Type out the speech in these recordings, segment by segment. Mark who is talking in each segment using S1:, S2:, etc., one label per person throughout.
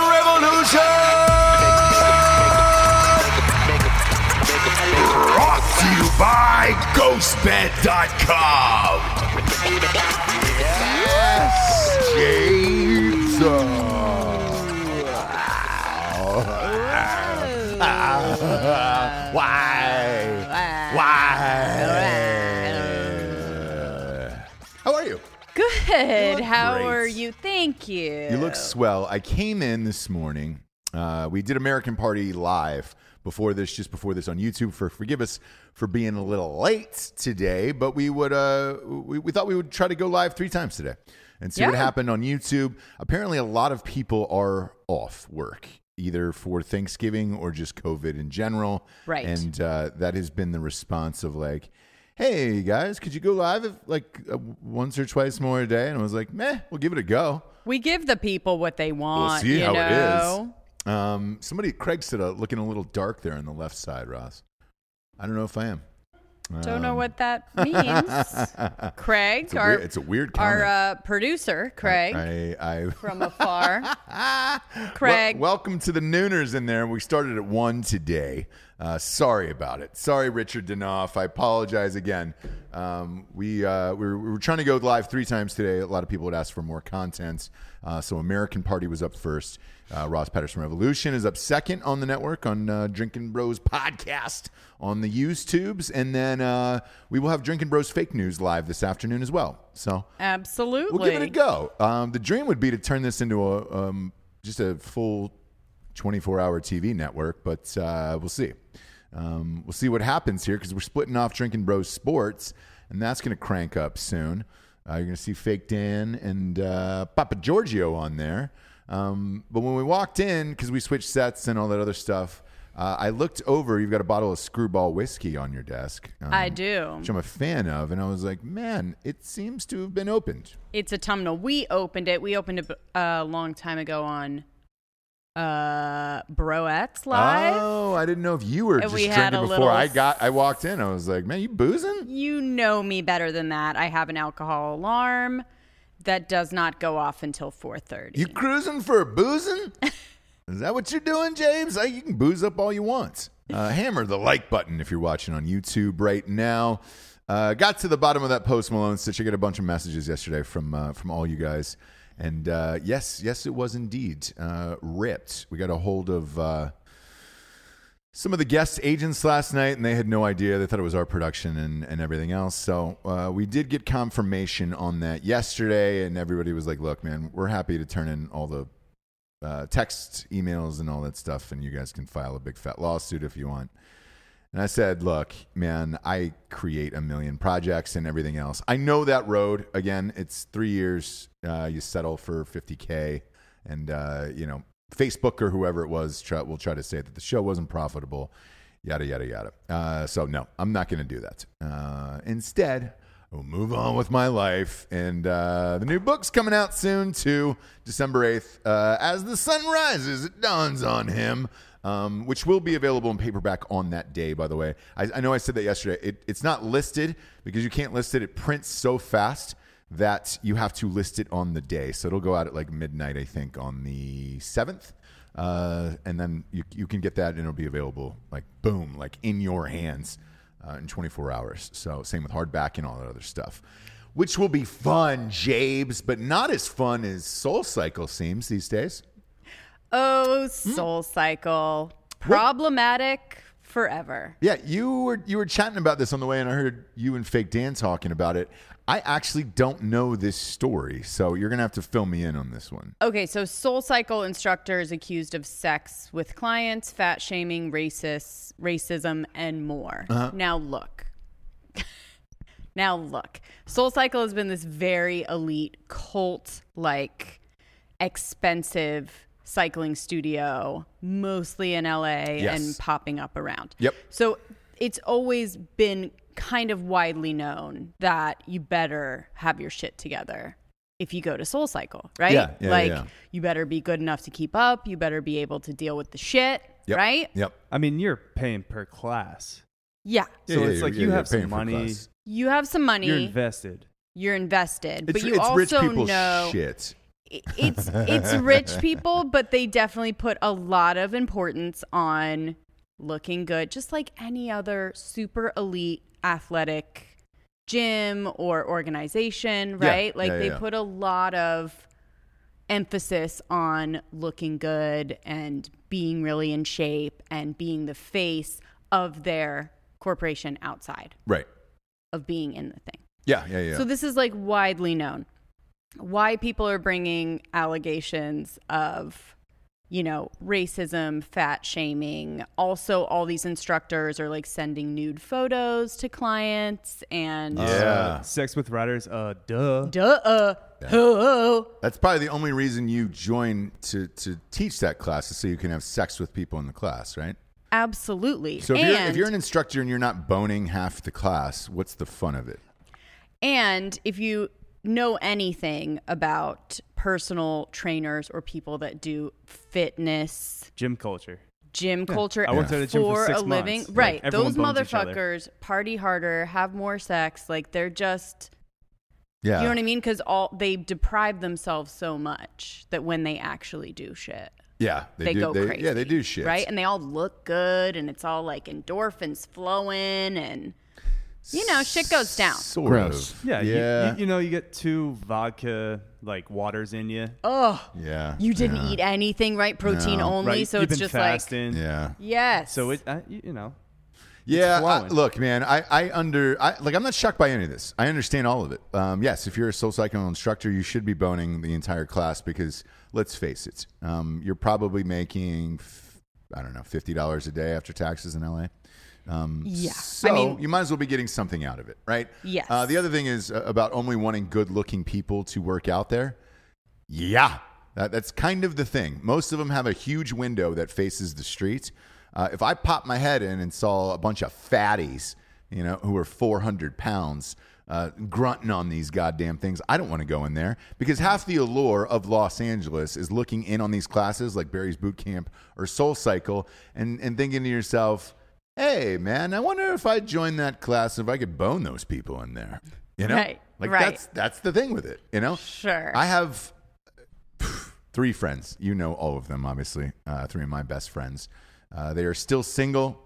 S1: Revolution! Brought to you by GhostBed.com.
S2: Yes, James. Why? Why? How are you?
S3: Good. How
S2: great.
S3: are you? Thank you.
S2: You look swell. I came in this morning. Uh, we did American Party live before this, just before this on YouTube. For forgive us for being a little late today, but we would uh, we, we thought we would try to go live three times today and see what
S3: Yeah.
S2: happened on YouTube. Apparently, a lot of people are off work either for Thanksgiving or just COVID in general.
S3: Right.
S2: and uh, that has been the response of like. Hey guys, could you go live if, like uh, once or twice more a day? And I was like, meh, we'll give it a go.
S3: We give the people what they want.
S2: We'll see
S3: you
S2: how
S3: know?
S2: it is. Um, somebody, Craig said, uh, looking a little dark there on the left side, Ross. I don't know if I am. Um,
S3: Don't know what that means. Craig,
S2: It's a,
S3: our,
S2: weird, it's a weird comment.
S3: our uh, producer, Craig,
S2: I, I,
S3: from afar.
S2: Wel-
S3: Craig.
S2: welcome to the Nooners in there. We started at one today. Uh, sorry about it. Sorry, Richard Danoff. I apologize again. Um, we, uh, we, were, we were trying to go live three times today. A lot of people had asked for more content. Uh, so American Party was up first. Uh, Ross Patterson Revolution is up second on the network on uh, Drinking Bros podcast on the YouTubes. And then uh, we will have Drinking Bros fake news live this afternoon as well. So
S3: Absolutely.
S2: We'll give it a go. Um, the dream would be to turn this into a um, just a full 24 hour TV network, but uh, we'll see. Um, we'll see what happens here because we're splitting off Drinking Bros Sports, and that's going to crank up soon. Uh, you're going to see Fake Dan and uh, Papa Giorgio on there. Um, but when we walked in, because we switched sets and all that other stuff, uh, I looked over. You've got a bottle of Screwball whiskey on your desk. Um,
S3: I do.
S2: which I'm a fan of, and I was like, man, it seems to have been opened.
S3: It's autumnal. We opened it. We opened it uh, a long time ago on uh, Broettes Live.
S2: Oh, I didn't know if you were
S3: And
S2: just
S3: we
S2: drinking
S3: had a
S2: before
S3: little
S2: I got. I walked in. I was like, man, you boozing?
S3: You know me better than that. I have an alcohol alarm that does not go off until 4.30.
S2: You cruising for a boozing? Is that what you're doing, James? Like, you can booze up all you want. Uh, hammer the like button if you're watching on YouTube right now. Uh, got to the bottom of that Post Malone stitch. I got a bunch of messages yesterday from uh, from all you guys, and uh, yes, yes, it was indeed uh, ripped. We got a hold of. Uh, some of the guest agents last night and they had no idea they thought it was our production and, and everything else so uh, we did get confirmation on that yesterday and everybody was like look man we're happy to turn in all the uh, texts emails and all that stuff and you guys can file a big fat lawsuit if you want and I said, look, man, I create a million projects and everything else. I know that road. Again, it's three years. Uh, you settle for 50K. And, uh, you know, Facebook or whoever it was try, will try to say that the show wasn't profitable, yada, yada, yada. Uh, so, no, I'm not going to do that. Uh, instead, I will move on with my life. And uh, the new book's coming out soon, too, December 8th. Uh, As the sun rises, it dawns on him. Um, which will be available in paperback on that day, by the way. I, I know I said that yesterday. It, it's not listed because you can't list it. It prints so fast that you have to list it on the day. So it'll go out at like midnight, I think, on the 7th. Uh, and then you, you can get that and it'll be available like boom, like in your hands uh, in 24 hours. So same with hardback and all that other stuff, which will be fun, Jabes, but not as fun as Soul Cycle seems these days.
S3: Oh, Soul Cycle. Problematic forever.
S2: Yeah, you were you were chatting about this on the way, and I heard you and Fake Dan talking about it. I actually don't know this story, so you're gonna have to fill me in on this one.
S3: Okay, so Soul Cycle instructor is accused of sex with clients, fat shaming, racist, racism, and more.
S2: Uh-huh.
S3: Now look. now look. Soul Cycle has been this very elite cult like expensive cycling studio, mostly in LA
S2: Yes.
S3: and popping up around.
S2: Yep.
S3: So it's always been kind of widely known that you better have your shit together if you go to Soul Cycle, right?
S2: Yeah, yeah, yeah,
S3: like
S2: yeah.
S3: you better be good enough to keep up, you better be able to deal with the shit,
S2: Yep.
S3: right?
S2: Yep.
S4: I mean, you're paying per class.
S3: Yeah.
S4: So it's like you have some
S2: paying for
S4: money,
S2: class.
S3: You have some money,
S4: You're
S3: you're,
S4: invested.
S3: invested,
S2: It's,
S3: but you
S2: it's
S3: also
S2: rich people's
S3: know
S2: shit.
S3: i- it's it's rich people, but they definitely put a lot of importance on looking good, just like any other super elite athletic gym or organization,
S2: Yeah.
S3: right? Like
S2: Yeah, yeah,
S3: they
S2: yeah.
S3: put a lot of emphasis on looking good and being really in shape and being the face of their corporation outside
S2: Right.
S3: of being in the thing.
S2: Yeah. Yeah. Yeah.
S3: So this is like widely known. Why people are bringing allegations of, you know, racism, fat shaming. Also, all these instructors are like sending nude photos to clients and
S2: yeah.
S4: Sex with riders, uh, duh.
S3: duh, uh, oh,
S2: That's probably the only reason you join to to teach that class is so you can have sex with people in the class, right?
S3: absolutely.
S2: So if,
S3: and,
S2: you're, if you're an instructor and you're not boning half the class, what's the fun of it?
S3: And if you know anything about personal trainers or people that do fitness
S4: Gym culture.
S3: gym culture
S4: I worked
S3: for,
S4: at a gym for six
S3: a living.
S4: months. Like,
S3: Right.
S4: everyone
S3: Those
S4: bones each other.
S3: motherfuckers party harder, have more sex. Like they're just
S2: Yeah.
S3: you know what I mean? Because all they deprive themselves so much that when they actually do shit,
S2: Yeah. They,
S3: they,
S2: do,
S3: go
S2: they,
S3: crazy.
S2: Yeah, they do shit.
S3: Right? And they all look good and it's all like endorphins flowing and you know, shit goes down.
S2: Sort
S5: Gross.
S2: of.
S4: Yeah. you-
S2: Yeah.
S4: You, you know, you get two vodka like waters in you.
S2: yeah.
S3: You didn't
S2: yeah.
S3: eat anything, right? Protein only.
S4: right?
S3: So
S4: You've
S3: it's
S4: been
S3: just like
S4: fasting.
S2: Yeah.
S3: Yes.
S4: So it, uh, you you know,
S2: Yeah, I,
S4: flowing.
S2: look, man, I, I under I like I'm not shocked by any of this. I understand all of it. Um, yes, if you're a soul cycle instructor, you should be boning the entire class because let's face it, um, you're probably making f- I don't know fifty dollars a day after taxes in LA. Um,
S3: Yeah. I
S2: so
S3: mean-
S2: you might as well be getting something out of it, right?
S3: Yes.
S2: Uh, the other thing is uh, about only wanting good-looking people to work out there. Yeah, that, that's kind of the thing. Most of them have a huge window that faces the street. Uh, if I popped my head in and saw a bunch of fatties, you know, who are 400 pounds, uh, grunting on these goddamn things, I don't want to go in there because half the allure of Los Angeles is looking in on these classes like Barry's Boot Camp or Soul Cycle and, and thinking to yourself, hey, man, I wonder if I joined that class, if I could bone those people in there. You know?
S3: Right,
S2: Like
S3: right.
S2: that's that's the thing with it, you know?
S3: Sure.
S2: I have three friends. You know all of them, obviously. Uh, three of my best friends. Uh, they are still single,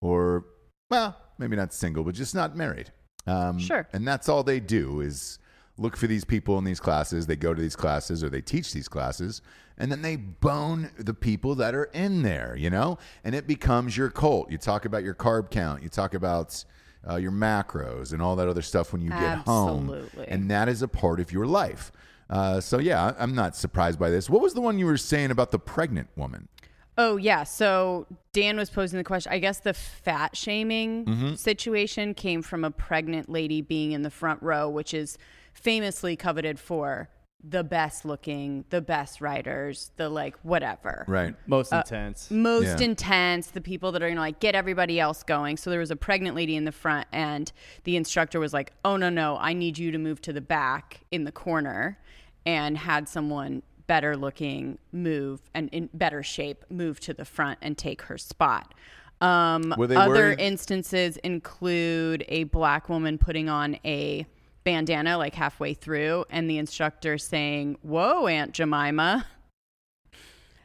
S2: or well, maybe not single, but just not married. Um,
S3: Sure.
S2: And that's all they do is look for these people in these classes. They go to these classes, or they teach these classes, and then they bone the people that are in there. You know, and it becomes your cult. You talk about your carb count. You talk about. Uh, your macros and all that other stuff when you get home,
S3: Absolutely.
S2: and that is a part of your life. Uh, so yeah, I- I'm not surprised by this. What was the one you were saying about the pregnant woman?
S3: Oh yeah, so Dan was posing the question. I guess the fat shaming situation came from a pregnant lady being in the front row, which is famously coveted for the best looking, the best writers, the like whatever.
S2: Right.
S4: Most
S3: Uh,
S4: intense.
S3: Most
S2: Yeah.
S3: intense, the people that are gonna like get everybody else going. So there was a pregnant lady in the front, and the instructor was like, "Oh no, no, I need you to move to the back in the corner," and had someone better looking move and in better shape move to the front and take her spot. Um,
S2: Were they
S3: other
S2: worried?
S3: instances include a black woman putting on a bandana like halfway through, and the instructor saying, "Whoa, Aunt Jemima."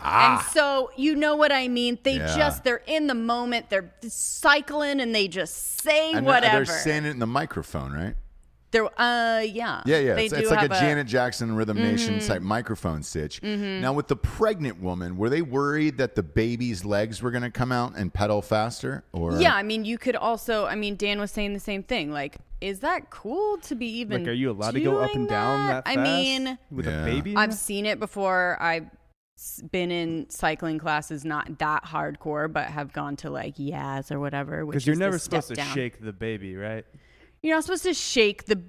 S3: And
S4: Ah.
S3: so you know what I mean. They
S2: Yeah.
S3: just they're in the moment. They're cycling and they just say
S2: And they're-
S3: whatever.
S2: They're saying it in the microphone, right?
S3: They're uh yeah.
S2: Yeah, yeah.
S3: They
S2: It's,
S3: do
S2: it's like
S3: have Mm-hmm.
S2: a, Janet Jackson Rhythm Nation type microphone sitch. Now, with the pregnant woman, were they worried that the baby's legs were going to come out and pedal faster? Or
S3: Yeah, I mean you could also I mean Dan was saying the same thing. Like, is that cool to be even
S4: Like, are you allowed to go up
S3: doing
S4: and down that,
S3: I
S4: fast
S3: mean
S4: with
S2: Yeah.
S4: a baby? in
S3: I've
S4: it?
S3: seen it before. I've s- been in cycling classes, not that hardcore, but have gone to like Yaz or whatever. Because
S4: Because you're never supposed to shake the baby, right?
S3: you're not supposed to shake the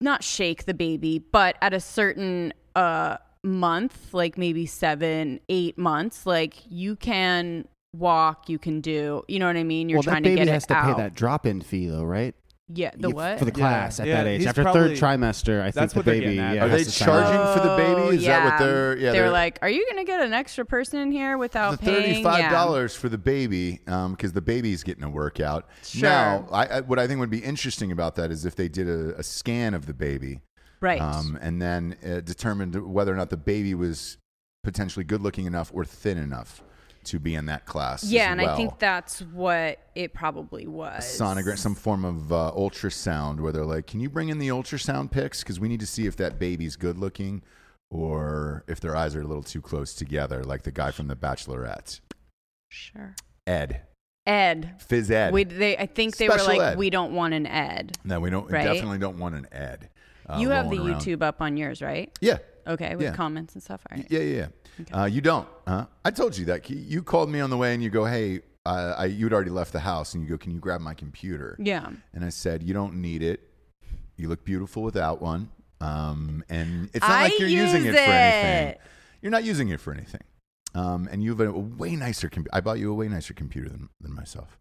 S3: not shake the baby but at a certain uh month like maybe seven eight months like you can walk you can do you know what i mean you're
S5: well,
S3: trying
S5: that
S3: to
S5: baby
S3: get
S5: has
S3: it
S5: to
S3: out
S5: pay that drop-in fee, though, right?
S3: yeah the
S5: You-
S3: what
S5: for the
S4: Yeah.
S5: class at
S4: Yeah,
S5: that age?
S4: he's
S5: After
S4: probably-
S5: third trimester, I think
S4: that's
S5: the
S4: what they're
S5: baby.
S4: getting at.
S5: yeah,
S2: Are
S5: has
S2: they
S5: to sign
S2: charging
S5: up.
S2: for the baby? Is
S3: Oh, yeah.
S2: that what they're? Yeah,
S3: they're, like, "Are you going to get an extra person in here without
S2: the
S3: paying?"
S2: thirty-five
S3: Yeah.
S2: dollars for the baby because the baby's getting a workout.
S3: Sure.
S2: Now, I, I, what I think would be interesting about that is if they did a, a scan of the baby
S3: right?
S2: um, and then uh, determined whether or not the baby was potentially good-looking enough or thin enough to be in that class. as
S3: yeah, and I
S2: well.
S3: think that's what it probably was.
S2: sonogram, some form of uh, ultrasound where they're like, "Can you bring in the ultrasound pics? Because we need to see if that baby's good looking, or if their eyes are a little too close together, like the guy from The Bachelorette,
S3: Sure,
S2: Ed,
S3: Ed.
S2: Fizz Ed.
S3: We they I think they were
S2: Special
S3: like,
S2: ed.
S3: "We don't want an Ed."
S2: no, we don't.
S3: Right?
S2: Definitely don't want an Ed. uh,
S3: you have the
S2: rolling around.
S3: YouTube up on yours, right?
S2: Yeah.
S3: Okay, with
S2: Yeah.
S3: comments and stuff. All right.
S2: Yeah, yeah, yeah. Uh, you don't. Huh? I told you that. Ke- You called me on the way and you go, hey, uh, I, you'd already left the house and you go, can you grab my computer?
S3: Yeah.
S2: And I said, you don't need it. You look beautiful without one. Um, and it's not
S3: I
S2: like you're using it
S3: use
S2: for anything.
S3: it.
S2: You're not using it for anything. Um, and you have a way nicer computer. I bought you a way nicer computer than, than myself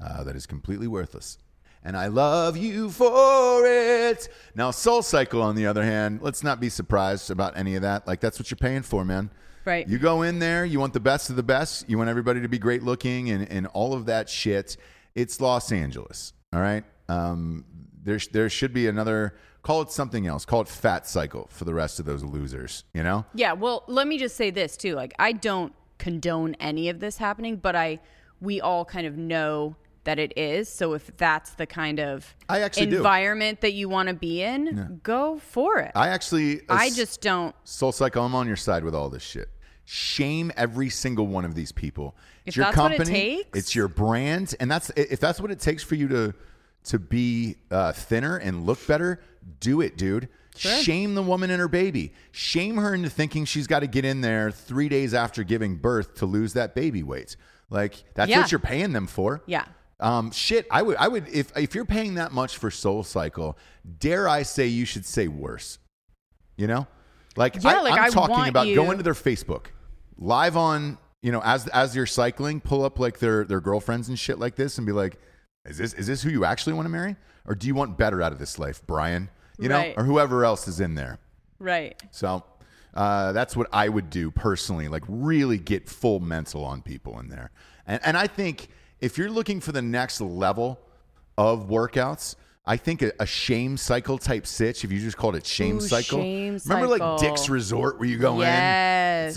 S2: uh, that is completely worthless. And I love you for it. Now, Soul Cycle, on the other hand, let's not be surprised about any of that. Like, that's what you're paying for, man.
S3: Right.
S2: You go in there, you want the best of the best, you want everybody to be great looking and, and all of that shit. It's Los Angeles, all right? Um, there, sh- there should be another, call it something else, call it Fat Cycle for the rest of those losers, you know?
S3: Yeah. Well, let me just say this too. Like, I don't condone any of this happening, but I, we all kind of know that it is. So if that's the kind of
S2: I actually do.
S3: environment that you want to be in, go for it. I,
S2: I actually,
S3: just don't.
S2: Soul Cycle, I'm on your side with all this shit. Shame every single one of these people. It's
S3: If
S2: your
S3: that's what it
S2: company,
S3: takes?
S2: it's your brand, and that's if that's what it takes for you to to be uh, thinner and look better. Do it, dude. Shame the woman and her baby. Shame her into thinking she's got to get in there three days after giving birth to lose that baby weight. Like that's
S3: Yeah.
S2: what you're paying them for.
S3: Yeah.
S2: Um, shit, I would, I would, if if you're paying that much for Soul Cycle, dare I say you should say worse. You know, like,
S3: Yeah,
S2: I,
S3: like,
S2: am
S3: I
S2: talking
S3: want
S2: about
S3: you-
S2: going to their Facebook live on, you know, as as you're cycling, pull up like their their girlfriends and shit like this, and be like, is this is this who you actually want to marry, or do you want better out of this life, Brian? You know,
S3: Right.
S2: or whoever else is in there.
S3: Right.
S2: So uh, that's what I would do personally. Like, really get full mental on people in there. And, and I think if you're looking for the next level of workouts, I think a, a shame cycle type sitch, if you just called it shame
S3: Ooh,
S2: cycle.
S3: shame
S2: Remember,
S3: cycle.
S2: like Dick's Resort, where you go in?
S3: Yes.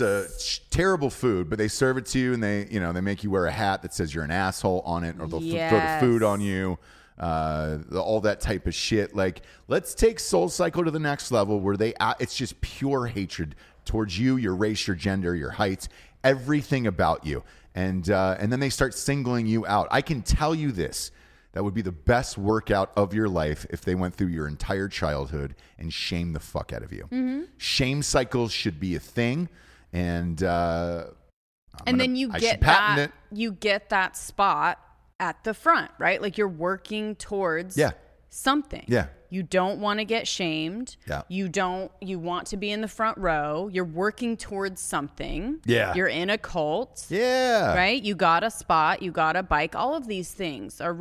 S2: It's a ch- terrible food, but they serve it to you and they, you know, they make you wear a hat that says you're an asshole on it or they'll f- throw the food
S3: Yes.
S2: on you you, uh, the- all that type of shit. Like, let's take Soul Cycle to the next level where they, uh, it's just pure hatred towards you, your race, your gender, your height, everything about you. And, uh, and then they start singling you out. I can tell you this. That would be the best workout of your life if they went through your entire childhood and shame the fuck out of you.
S3: Mm-hmm.
S2: Shame cycles should be a thing. And uh, I'm
S3: and
S2: gonna-
S3: then you
S2: I should
S3: get
S2: patent
S3: that.
S2: it.
S3: You get that spot at the front, right? Like you're working towards.
S2: Yeah.
S3: Something.
S2: Yeah.
S3: You don't want to get shamed.
S2: Yeah.
S3: You don't you want to be in the front row. You're working towards something.
S2: Yeah.
S3: You're in a cult.
S2: Yeah.
S3: Right? You got a spot, you got a bike. All of these things are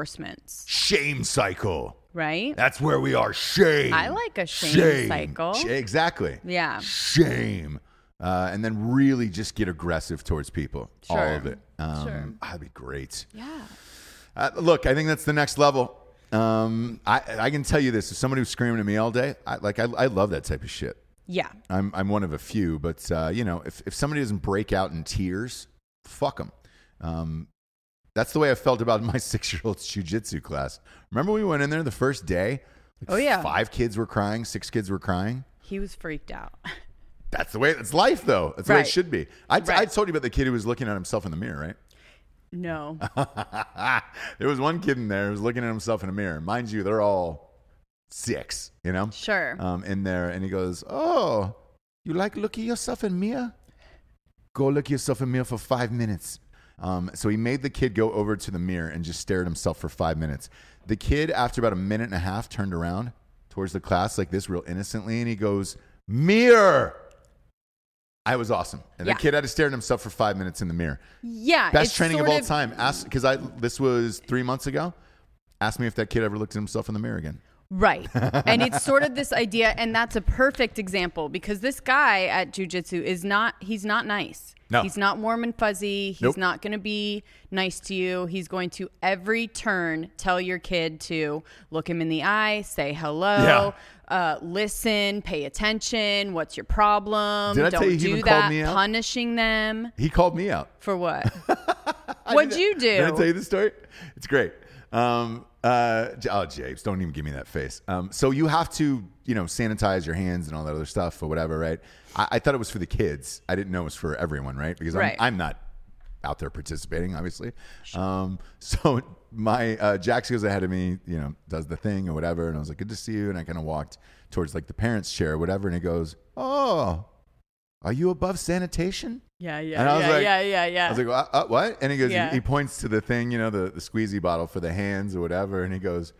S3: reinforcements,
S2: Shame cycle.
S3: right?
S2: That's where we are. Shame.
S3: I like a shame cycle.
S2: Sh- exactly.
S3: Yeah.
S2: Shame. Uh, and then really just get aggressive towards people. All
S3: Sure.
S2: of it. Um,
S3: Sure.
S2: That'd be great.
S3: Yeah.
S2: Uh, look, I think that's the next level. Um, I, I can tell you this: if somebody was screaming at me all day, I, like I, I love that type of shit.
S3: Yeah.
S2: I'm I'm one of a few, but uh, you know, if if somebody doesn't break out in tears, fuck them. Um, that's the way I felt about my six year old's jujitsu class. Remember, we went in there the first day.
S3: Oh yeah.
S2: Five kids were crying. Six kids were crying.
S3: He was freaked out.
S2: That's the way. That's life, though. That's the way
S3: Right.
S2: it should be. I, I
S3: Right.
S2: told you about the kid who was looking at himself in the mirror, right?
S3: No.
S2: there was one kid in there who was looking at himself in a mirror. Mind you, they're all six, you know?
S3: Sure.
S2: Um, in there, and he goes, Oh, you like looking yourself in mirror? Go look yourself in mirror for five minutes. Um, so he made the kid go over to the mirror and just stare at himself for five minutes. The kid, after about a minute and a half, turned around towards the class like this, real innocently, and he goes, Mirror! I was awesome. And
S3: Yeah.
S2: the kid had to stare at himself for five minutes in the mirror.
S3: yeah.
S2: Best
S3: it's
S2: training of
S3: sort
S2: all time. Ask because I this was three months ago. Ask me if that kid ever looked at himself in the mirror again.
S3: Right. And it's sort of this idea, and that's a perfect example because this guy at jujitsu is not, he's not nice.
S2: No.
S3: He's not warm and fuzzy. He's
S2: Nope.
S3: not going to be nice to you. He's going to every turn tell your kid to look him in the eye, say hello, uh, listen, pay attention. What's your problem?
S2: Did I
S3: Don't
S2: tell you he
S3: do
S2: even called
S3: that.
S2: me out?
S3: Punishing them
S2: He called me out.
S3: for what?
S2: I
S3: What'd
S2: did
S3: you
S2: that.
S3: do?
S2: Did I tell you this story? It's great. Um, uh, J- oh, James, don't even give me that face. Um, so you have to, you know, sanitize your hands and all that other stuff or whatever, right? I, I thought it was for the kids. I didn't know it was for everyone, right? Because
S3: Right.
S2: I'm, I'm not out there participating, obviously. Um, so my uh, Jax goes ahead of me, you know, does the thing or whatever, and I was like, "Good to see you," and I kind of walked towards like the parents' chair or whatever, and he goes, "Oh, are you above sanitation?"
S3: yeah,
S2: And I
S3: yeah,
S2: was
S3: yeah,
S2: like-
S3: yeah, yeah, yeah.
S2: I was like, uh, uh, what? And he goes,
S3: Yeah.
S2: he points to the thing, you know, the, the squeezy bottle for the hands or whatever. And he goes,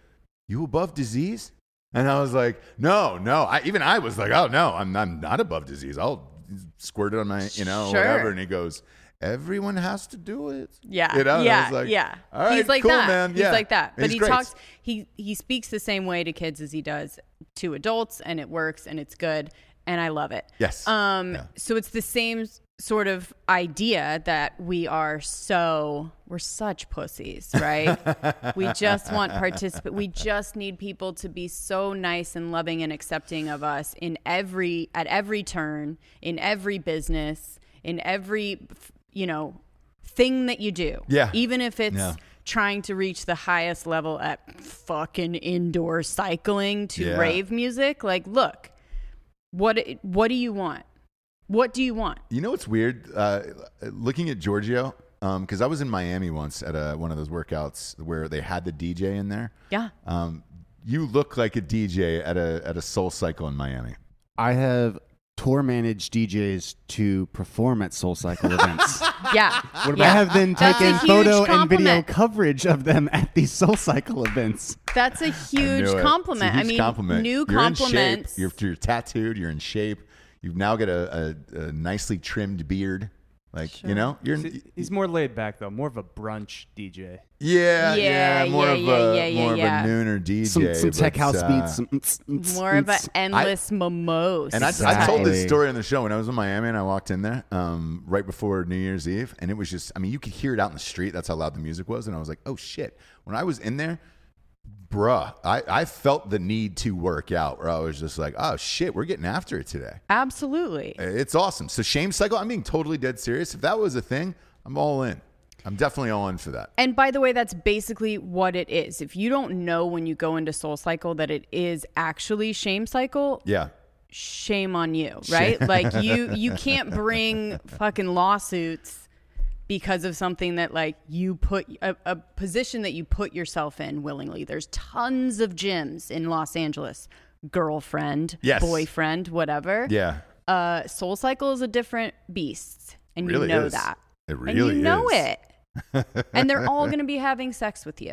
S2: you above disease? And I was like, no, no. I, even I was like, oh, no, I'm, I'm not above disease. I'll squirt it on my, you know,
S3: Sure.
S2: whatever. And he goes, everyone has to do it.
S3: Yeah.
S2: You know? And I
S3: Yeah.
S2: was like,
S3: yeah.
S2: All right,
S3: he's like
S2: cool,
S3: that.
S2: man.
S3: He's
S2: Yeah.
S3: like that.
S2: And
S3: But
S2: he's
S3: he
S2: great.
S3: talks he he speaks the same way to kids as he does to adults and it works and it's good and I love it.
S2: Yes.
S3: Um
S2: Yeah.
S3: so it's the same s- sort of idea that we are so we're such pussies, right? we just want participate we just need people to be so nice and loving and accepting of us in every at every turn, in every business, in every you know thing that you do.
S2: Yeah.
S3: Even if it's
S2: Yeah.
S3: trying to reach the highest level at fucking indoor cycling to
S2: Yeah.
S3: rave music, like look, what what do you want? What do you want?
S2: You know what's weird? Uh, looking at Giorgio, because I was in Miami once at a, one of those workouts where they had the DJ in there.
S3: Yeah.
S2: Um, you look like a DJ at a at a Soul Cycle in Miami.
S5: I have tour managed DJs to perform at Soul Cycle events.
S3: Yeah.
S5: I
S3: Yeah.
S5: have then
S3: That's a
S5: taken
S3: huge
S5: photo and video
S3: compliment.
S5: coverage of them at these Soul Cycle events.
S3: That's a huge
S2: Knew it.
S3: compliment.
S2: It's a huge
S3: I mean,
S2: compliment.
S3: new
S2: You're in shape.
S3: compliments.
S2: You're, you're tattooed. You're in shape. You've now got a, a, a nicely trimmed beard. Like you know, you're
S4: See, He's more laid back though, more of a brunch DJ.
S2: yeah, yeah,
S3: Yeah,
S2: more
S3: yeah,
S2: of
S3: yeah,
S2: a
S3: yeah, yeah,
S2: more
S3: yeah.
S2: of a nooner DJ,
S5: Some, some
S2: but,
S5: tech house
S2: uh,
S5: beats. Some, mm, mm, mm,
S3: more of an
S5: mm.
S3: endless mimosa.
S2: And I, I told this
S5: Exactly.
S2: story on the show when I was in Miami and I walked in there um, right before New Year's Eve. And it was just, I mean, you could hear it out in the street. That's how loud the music was. And I was like, oh shit. When I was in there, bruh, I, I felt the need to work out where I was just like, oh shit, we're getting after it today.
S3: Absolutely.
S2: It's awesome. So, shame cycle, I'm being totally dead serious. If that was a thing, I'm all in. I'm definitely all in for that.
S3: And by the way, that's basically what it is. If you don't know when you go into Soul Cycle that it is actually Shame Cycle,
S2: Yeah.
S3: shame on you, right? like you you can't bring fucking lawsuits because of something that like you put a, a position that you put yourself in willingly. There's tons of gyms in Los Angeles. Girlfriend,
S2: Yes.
S3: boyfriend, whatever.
S2: Yeah.
S3: Uh, Soul Cycle is a different beast, and
S2: Really
S3: you know
S2: is.
S3: that.
S2: It
S3: and
S2: really
S3: you know
S2: is.
S3: it. and they're all going to be having sex with you.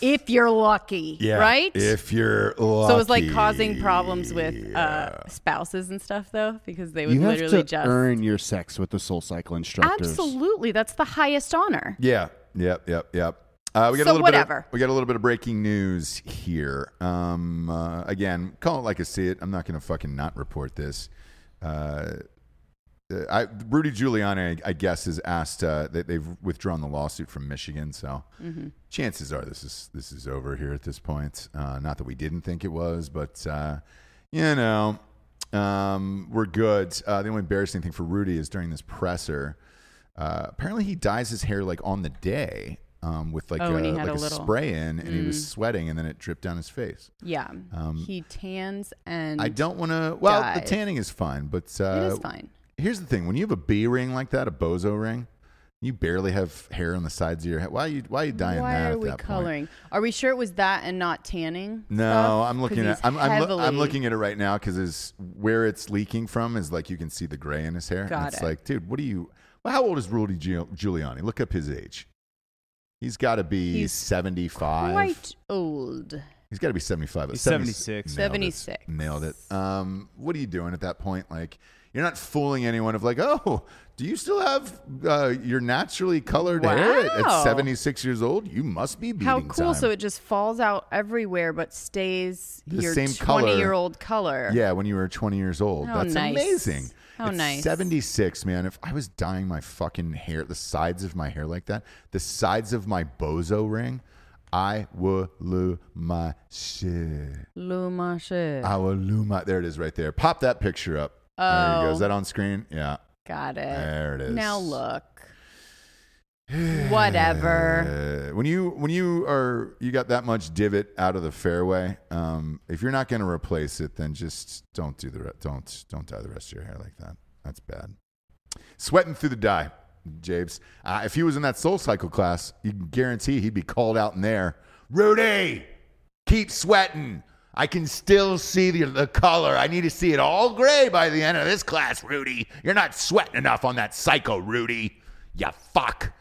S3: if you're lucky, right?
S2: If you're lucky.
S3: so it was like causing problems with uh, spouses and stuff, though, because they would
S5: You have
S3: literally
S5: to
S3: just
S5: earn your sex with the soul cycle instructors.
S3: absolutely. That's the highest honor.
S2: Yeah. Yep. Yep. Yep. Uh, we got a
S3: So
S2: little Bit
S3: whatever.
S2: of, we got a little bit of breaking news here. Um, uh, again, call it like I see it. I'm not going to fucking not report this. Uh, uh, I, Rudy Giuliani, I, I guess, has asked uh, that they've withdrawn the lawsuit from Michigan. So
S3: Mm-hmm.
S2: chances are this is this is over here at this point. Uh, not that we didn't think it was, but uh, you know, um, we're good. Uh, the only embarrassing thing for Rudy is during this presser. Uh, apparently, he dyes his hair like on the day um, with like
S3: Oh,
S2: a,
S3: when he
S2: like
S3: had a
S2: a
S3: little- Mm.
S2: spray in, and he was sweating, and then it dripped down his face.
S3: Yeah, he tans and
S2: Um, I don't want to. Well, the
S3: dyes.
S2: tanning is fine, but uh,
S3: it is fine.
S2: Here's the thing: when you have a B ring like that, a bozo ring, you barely have hair on the sides of your head. Why are you? Why are you dyeing
S3: Why
S2: that?
S3: are
S2: at
S3: we
S2: that point?
S3: coloring? Are we sure it was that and not tanning?
S2: No,
S3: stuff?
S2: I'm
S3: 'Cause
S2: looking at.
S3: he's
S2: I'm I'm, lo- I'm
S3: heavily-
S2: looking at it right now because where it's leaking from is like you can see the gray in his hair. and
S3: Got
S2: it's
S3: it.
S2: like, dude, what do you? Well, how old is Rudy Giul- Giuliani? Look up his age. He's got to be
S3: He's
S2: 75.
S3: quite old.
S2: He's got to be 75.
S4: He's 76.
S2: Nailed it.
S3: 76.
S2: Nailed it. Um, what are you doing at that point? Like, you're not fooling anyone of like, oh, do you still have uh, your naturally colored hair at, at
S3: Wow.
S2: 76 years old? You must be beating
S3: How cool!
S2: time.
S3: So it just falls out everywhere, but stays
S2: The
S3: your
S2: same color.
S3: twenty-year-old color.
S2: yeah, when you were 20 years old.
S3: How
S2: That's
S3: nice.
S2: amazing.
S3: How
S2: At
S3: nice.
S2: 76, man. If I was dyeing my fucking hair, the sides of my hair like that, the sides of my bozo ring, I would lose my shit.
S3: Lumache.
S2: Ah, Awaluma. There it is right there. Pop that picture up. There you go.
S3: Oh.
S2: Is that on screen? Yeah.
S3: Got it.
S2: There it is.
S3: Now look. Whatever.
S2: Uh, when you when you are you got that much divot out of the fairway, um, if you're not going to replace it, then just don't do the re- don't don't dye the rest of your hair like that. That's bad. Sweating through the dye, Jabes. Uh, if he was in that Soul Cycle class, you can guarantee he'd be called out in there. Rudy, keep sweating. I can still see the, the color. I need to see it all gray by the end of this class, Rudy. You're not sweating enough on that psycho, Rudy. You fuck.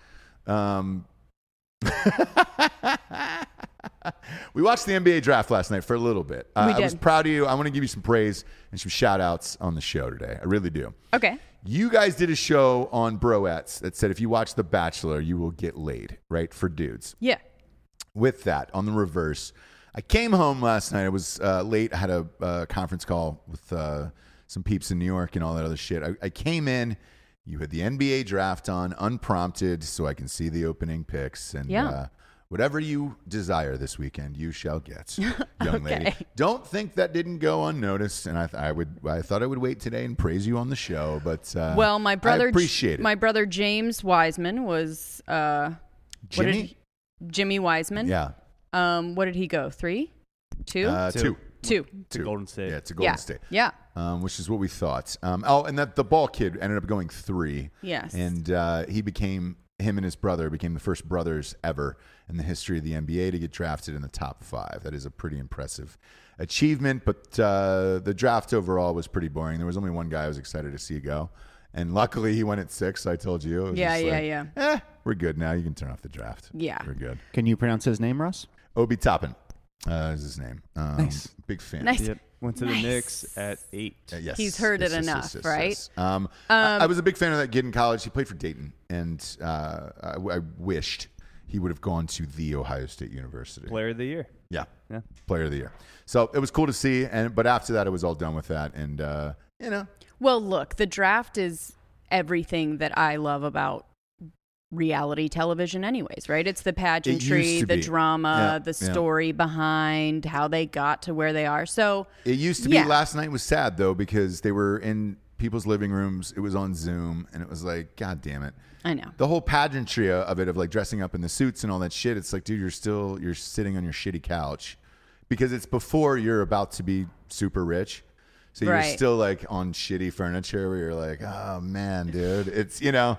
S2: Um, we watched the NBA draft last night for a little bit. Uh,
S3: We
S2: I was
S3: did.
S2: proud of you. I want to give you some praise and some shout outs on the show today. I really do.
S3: Okay.
S2: You guys did a show on Broettes that said if you watch The Bachelor, you will get laid, right? For dudes
S3: Yeah.
S2: with that on the reverse. I came home last night. I was uh, late. I had a uh, conference call with uh, some peeps in New York and all that other shit. I, I came in. You had the NBA draft on, unprompted, so I can see the opening picks and
S3: Yeah.
S2: uh, whatever you desire this weekend, you shall get, young lady. Don't think that didn't go unnoticed, and I, th- I would. I thought I would wait today and praise you on the show, but uh,
S3: Well, my brother
S2: I appreciate it.
S3: my brother James Wiseman was uh what did
S2: Jimmy,
S3: he- Jimmy Wiseman.
S2: yeah,
S3: Um what did he go? 3? 2?
S2: uh,
S4: Two.
S2: two,
S3: 2.
S2: two.
S4: Golden State.
S2: Yeah, it's a Golden
S3: yeah.
S2: State.
S3: Yeah.
S2: um, which is what we thought. Um, oh, and that the ball kid ended up going three.
S3: Yes.
S2: and uh, he became him and his brother became the first brothers ever in the history of the NBA to get drafted in the top five. That is a pretty impressive achievement. But uh, the draft overall was pretty boring. There was only one guy I was excited to see go, and luckily he went at six. I told you. It was
S3: Yeah,
S2: just
S3: yeah,
S2: like,
S3: yeah.
S2: Eh, we're good now. You can turn off the draft.
S3: Yeah.
S2: we're good.
S5: Can you pronounce his name, Russ?
S2: Obi Toppin uh, is his name. Um, Big fan.
S3: Nice.
S4: Yep. Went to the
S3: Nice.
S4: Knicks at eight.
S2: Uh, Yes,
S3: He's heard it enough, right?
S2: Um, I, I was a big fan of that kid in college. He played for Dayton, and uh, I, I wished he would have gone to the Ohio State University.
S4: Player of the year.
S2: Yeah,
S4: Yeah.
S2: player of the year. So it was cool to see. And but after that, it was all done with that, and uh, you know,
S3: Well, look, the draft is everything that I love about reality television anyways, right? It's the pageantry,
S2: to
S3: the
S2: be.
S3: drama,
S2: Yeah,
S3: the
S2: yeah.
S3: story behind how they got to where they are. So,
S2: it used to
S3: Yeah.
S2: be. Last night was sad though because they were in people's living rooms. It was on Zoom, and it was like, God damn it.
S3: I know.
S2: the whole pageantry of it of like dressing up in the suits and all that shit it's like dude you're still you're sitting on your shitty couch because it's before you're about to be super rich so you're
S3: Right.
S2: still like on shitty furniture where you're like oh man dude it's you know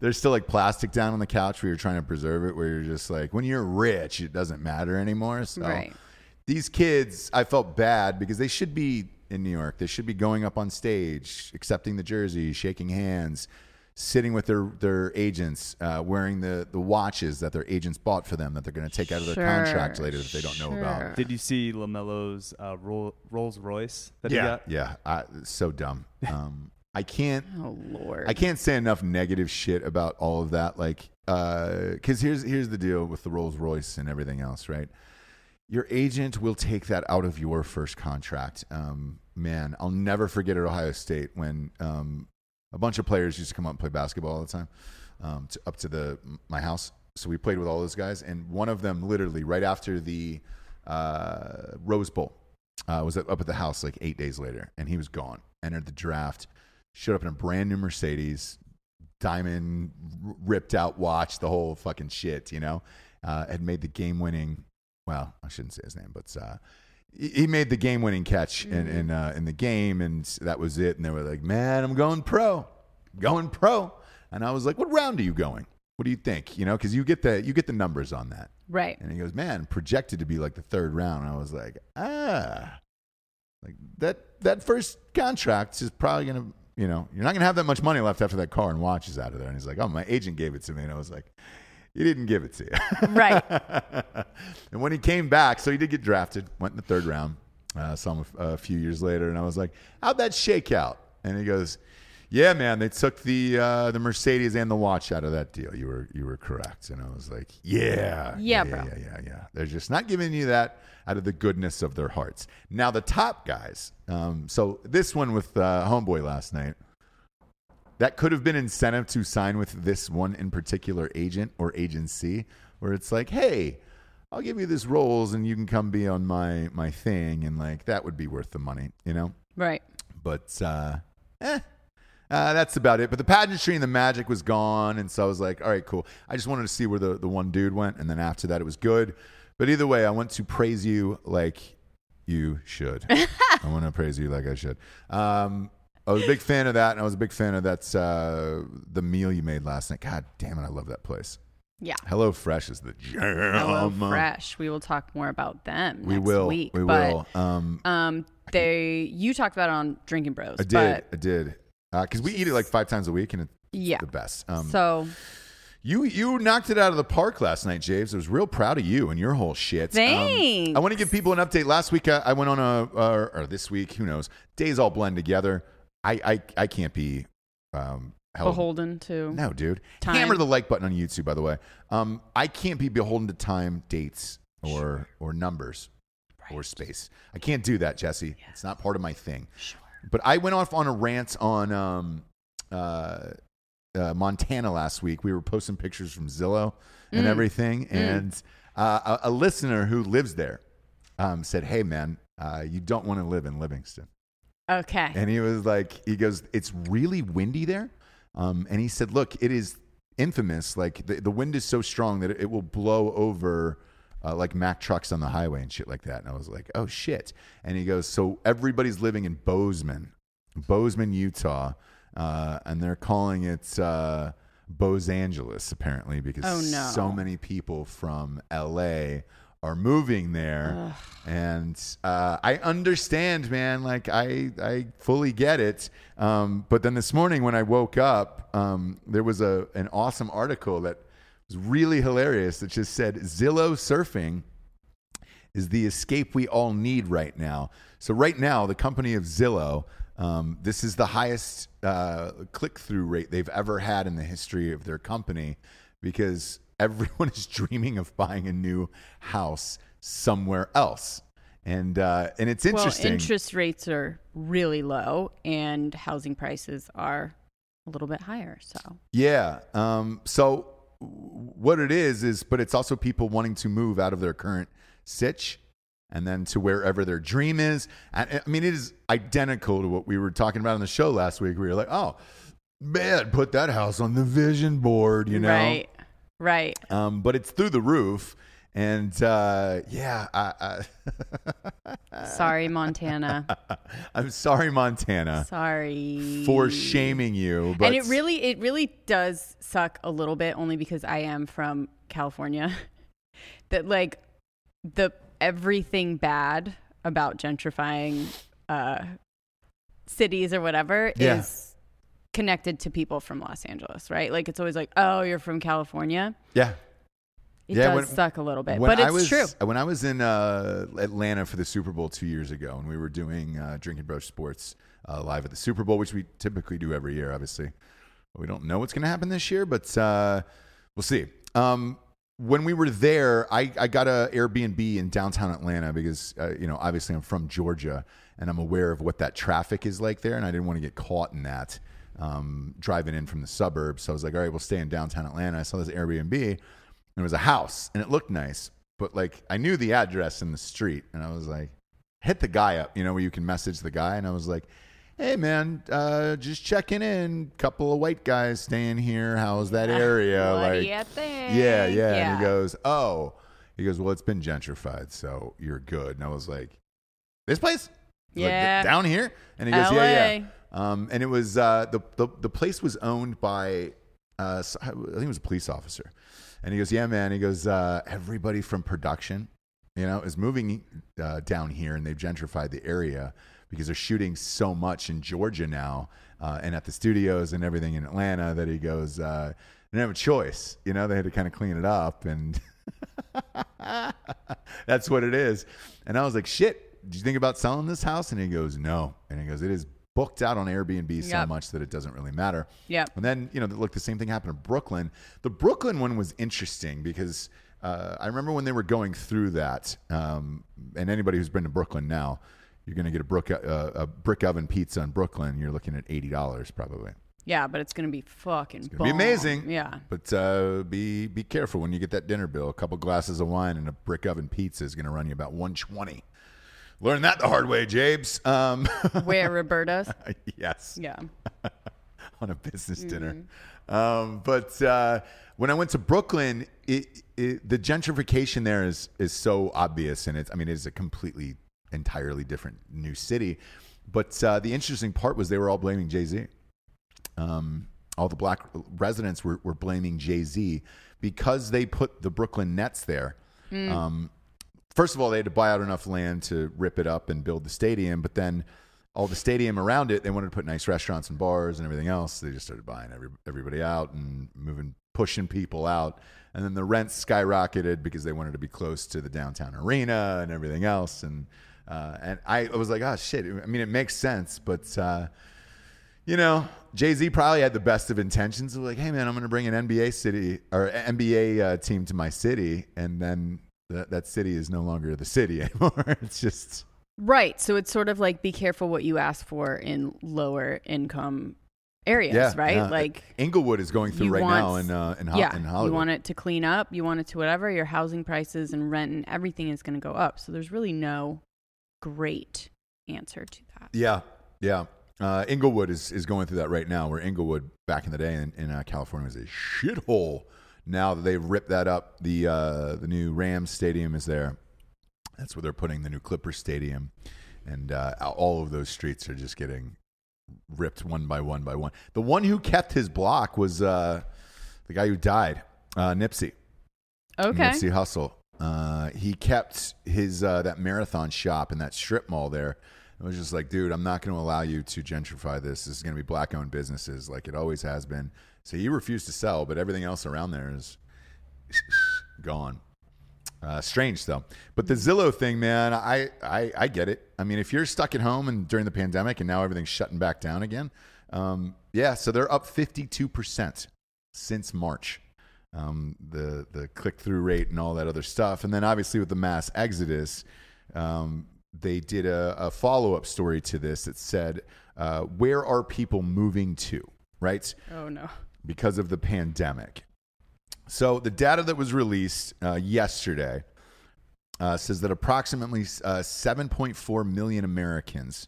S2: there's still like plastic down on the couch where you're trying to preserve it where you're just like when you're rich it doesn't matter anymore so
S3: Right.
S2: these kids i felt bad because they should be in new york they should be going up on stage accepting the jersey shaking hands sitting with their their agents, uh, wearing the the watches that their agents bought for them that they're going to take out of their
S3: Sure,
S2: contract later that they don't know about.
S3: sure.
S4: Did you see Lamelo's uh, Roll, Rolls Royce that he
S2: Yeah,
S4: got?
S2: yeah, I, so dumb. Um, I can't.
S3: Oh lord.
S2: I can't say enough negative shit about all of that. Like, because here's here's the deal with the Rolls Royce and everything else, right? Your agent will take that out of your first contract. Um, man, I'll never forget at Ohio State when um, a bunch of players used to come up and play basketball all the time, um, to, up to the my house. So we played with all those guys, and one of them literally right after the uh, Rose Bowl uh, was up at the house like eight days later, and he was gone. Entered the draft, showed up in a brand new Mercedes, diamond r- ripped out watch, the whole fucking shit, you know. Uh, had made the game winning. Well, I shouldn't say his name, but uh, he he made the game winning catch in in, uh, in the game, and that was it. And they were like, "Man, I'm going pro, going pro." And I was like, "What round are you going? What do you think? You know, because you get the you get the numbers on that."
S3: right.
S2: And he goes, "Man, projected to be like the third round." And I was like, "Ah, like that that first contract is probably gonna, you know, you're not gonna have that much money left after that car and watch is out of there." And he's like, "Oh, my agent gave it to me," and I was like. He didn't give it to you.
S3: Right.
S2: and when he came back, so he did get drafted, went in the third round. Uh, saw him a f- a, few years later, and I was like, "How'd that shake out?" And he goes, "Yeah, man, they took the uh, the Mercedes and the watch out of that deal. You were you were correct." And I was like, "Yeah,
S3: Yeah,
S2: yeah,
S3: bro.
S2: yeah, yeah, yeah. They're just not giving you that out of the goodness of their hearts." Now the top guys. Um, so this one with uh, Homeboy last night. That could have been incentive to sign with this one in particular agent or agency, where it's like, hey, I'll give you this roles and you can come be on my my thing, and like that would be worth the money, you know.
S3: Right.
S2: But uh, eh, uh, that's about it. But the pageantry and the magic was gone, and so I was like, all right, cool. I just wanted to see where the the one dude went, and then after that, it was good. But either way, I want to praise you like you should. I want to praise you like I should. Um, I was a big fan of that, and I was a big fan of that's uh, the meal you made last night. God damn it, I love that place.
S3: Yeah.
S2: Hello Fresh is the jam.
S3: Hello Fresh. We will talk more about them
S2: Um, uh, We
S3: next
S2: will.
S3: week.
S2: we
S3: but,
S2: will. Um,
S3: Um, they you talked about it on Drinking Bros.
S2: I did.
S3: But
S2: I did. Because we eat it like five times a week, and it's
S3: yeah.
S2: the best. Um,
S3: so
S2: you you knocked it out of the park last night, Javes. I was real proud of you and your whole shit. Um,
S3: Thanks.
S2: I want to give people an update. Last week uh, I, I went on a or, or this week, who knows? Days all blend together. I I, I can't be um, held
S3: beholden to
S2: no, dude.
S3: Time.
S2: Hammer the like button on YouTube, by the way. Um, I can't be beholden to time, dates, or or numbers, or space. I can't do that, Jesse. It's not part of my thing. Sure. But I went off on a rant on um, uh, uh, Montana last week. We were posting pictures from Zillow and everything, and uh, a, a listener who lives there um, said, "Hey, man, uh, you don't want to live in Livingston."
S3: Okay.
S2: And he was like, he goes, it's really windy there. Um, and he said, look, it is infamous. Like the, the wind is so strong that it, it will blow over uh, like Mack trucks on the highway and shit like that. And I was like, oh shit. And he goes, so everybody's living in Bozeman, Bozeman, Utah. Uh, and they're calling it uh, Bose Angeles apparently because
S3: Oh, no.
S2: so many people from LA are moving there. And uh, I understand, man. Like I, I fully get it. Um, but then this morning when I woke up, um, there was a an awesome article that was really hilarious that just said Zillow surfing is the escape we all need right now. So right now, the company of Zillow, um, this is the highest uh, click-through rate they've ever had in the history of their company, because everyone is dreaming of buying a new house somewhere else, and uh, and it's
S3: Well,
S2: interesting.
S3: interest rates are really low and housing prices are a little bit higher. So
S2: Yeah. Um, so what it is is, but it's also people wanting to move out of their current sitch and then to wherever their dream is. And I mean, it is identical to what we were talking about on the show last week. We were like, oh man, put that house on the vision board, you know?
S3: right, right.
S2: um, but it's through the roof. And uh, yeah, I, Uh.
S3: Sorry, Montana.
S2: I, I'm sorry, Montana,
S3: Sorry
S2: for shaming you. But
S3: and it really, it really does suck a little bit, only because I am from California. that like the everything bad about gentrifying uh, cities or whatever
S2: Yeah.
S3: is connected to people from Los Angeles, right? Like it's always like, oh, you're from California.
S2: Yeah.
S3: It
S2: Yeah,
S3: does
S2: when-
S3: suck a little bit,
S2: When
S3: but it's
S2: I was,
S3: true.
S2: When I was in uh, Atlanta for the Super Bowl two years ago, and we were doing uh, Drinking Bros Sports uh, live at the Super Bowl, which we typically do every year, obviously. We don't know what's going to happen this year, but uh, we'll see. Um, when we were there, I, I got a Airbnb in downtown Atlanta because, uh, you know, obviously I'm from Georgia and I'm aware of what that traffic is like there, and I didn't want to get caught in that um, driving in from the suburbs. So I was like, all right, we'll stay in downtown Atlanta. I saw this Airbnb and it was a house and it looked nice, but like I knew the address and the street, and I was like, hit the guy up, you know, where you can message the guy. And I was like, hey, man, uh, just checking in. Couple of white guys staying here. How's that area?
S3: What do
S2: like,
S3: you think?
S2: Yeah, yeah. And
S3: Yeah.
S2: he goes, oh, he goes, well, it's been gentrified, so you're good. And I was like, this place? I was like,
S3: Yeah.
S2: down here? And he goes, yeah, yeah.
S3: LA.
S2: Um, and it was uh, the, the, the place was owned by, uh, s- I think it was a police officer. And he goes, yeah, man. He goes, uh, everybody from production you know, is moving uh, down here and they've gentrified the area because they're shooting so much in Georgia now uh, and at the studios and everything in Atlanta that he goes, uh, they didn't have a choice. You know, they had to kind of clean it up and that's what it is. And I was like, shit, did you think about selling this house? And he goes, no. And he goes, it is booked out on Airbnb so
S3: Yep.
S2: much that it doesn't really matter.
S3: Yep.
S2: And then, you know, look, the same thing happened in Brooklyn. The Brooklyn one was interesting because uh, I remember when they were going through that, um, and anybody who's been to Brooklyn now, you're going to get a, brick, uh, a brick oven pizza in Brooklyn. You're looking at $80 probably.
S3: Yeah, but it's gonna be fucking.
S2: It'd be
S3: bomb.
S2: amazing.
S3: Yeah.
S2: But uh, be, be careful when you get that dinner bill. A couple glasses of wine and a brick oven pizza is going to run you about 120 Learn that the hard way, Jabes. Um,
S3: Where Roberta's?
S2: yes.
S3: Yeah.
S2: on a business dinner. Um, but uh, when I went to Brooklyn, it, it, the gentrification there is is so obvious, and it's I mean it's a completely entirely different new city. But uh, the interesting part was they were all blaming Jay Z. Um, all the black residents were, were blaming Jay Z because they put the Brooklyn Nets there. Um, first of all, they had to buy out enough land to rip it up and build the stadium, but then all the stadium around it, they wanted to put nice restaurants and bars and everything else. They just started buying every, everybody out and moving, pushing people out. And then the rents skyrocketed because they wanted to be close to the downtown arena and everything else. And uh, and I was like, oh shit. I mean, it makes sense, but uh, you know, Jay Z probably had the best of intentions. Of like, hey man, I'm going to bring an NBA city or NBA uh, team to my city, and then that that city is no longer the city anymore. it's just
S3: Right. So it's sort of like be careful what you ask for in lower income areas,
S2: yeah,
S3: right?
S2: yeah.
S3: Like
S2: Inglewood is going through
S3: you
S2: right
S3: want-
S2: now in uh, in, Ho-
S3: yeah,
S2: in Hollywood.
S3: You want it to clean up, you want it to whatever, your housing prices and rent and everything is going to go up. So there's really no great answer to that.
S2: Yeah, yeah. Uh, Inglewood is, is going through that right now. Where Inglewood back in the day in, in uh, California was a shithole. Now that they've ripped that up, the uh, the new Rams stadium is there. That's where they're putting the new Clippers stadium, and uh, all of those streets are just getting ripped one by one by one. The one who kept his block was uh, the guy who died, uh, Nipsey.
S3: Okay.
S2: Nipsey Hustle. Uh, he kept his uh, that marathon shop in that strip mall there. I was just like, dude, I'm not going to allow you to gentrify this. This is going to be black owned businesses like it always has been. So he refused to sell, but everything else around there is gone. Uh, strange though, but the Zillow thing, man, I, I I get it. I mean, if you're stuck at home and during the pandemic, and now everything's shutting back down again, um, yeah. So they're up 52 percent since March. Um, the the click through rate and all that other stuff, and then obviously with the mass exodus, um, they did a, a follow up story to this that said, uh, "Where are people moving to?" Right
S3: Oh no.
S2: because of the pandemic. So the data that was released uh, yesterday uh, says that approximately uh, 7.4 million Americans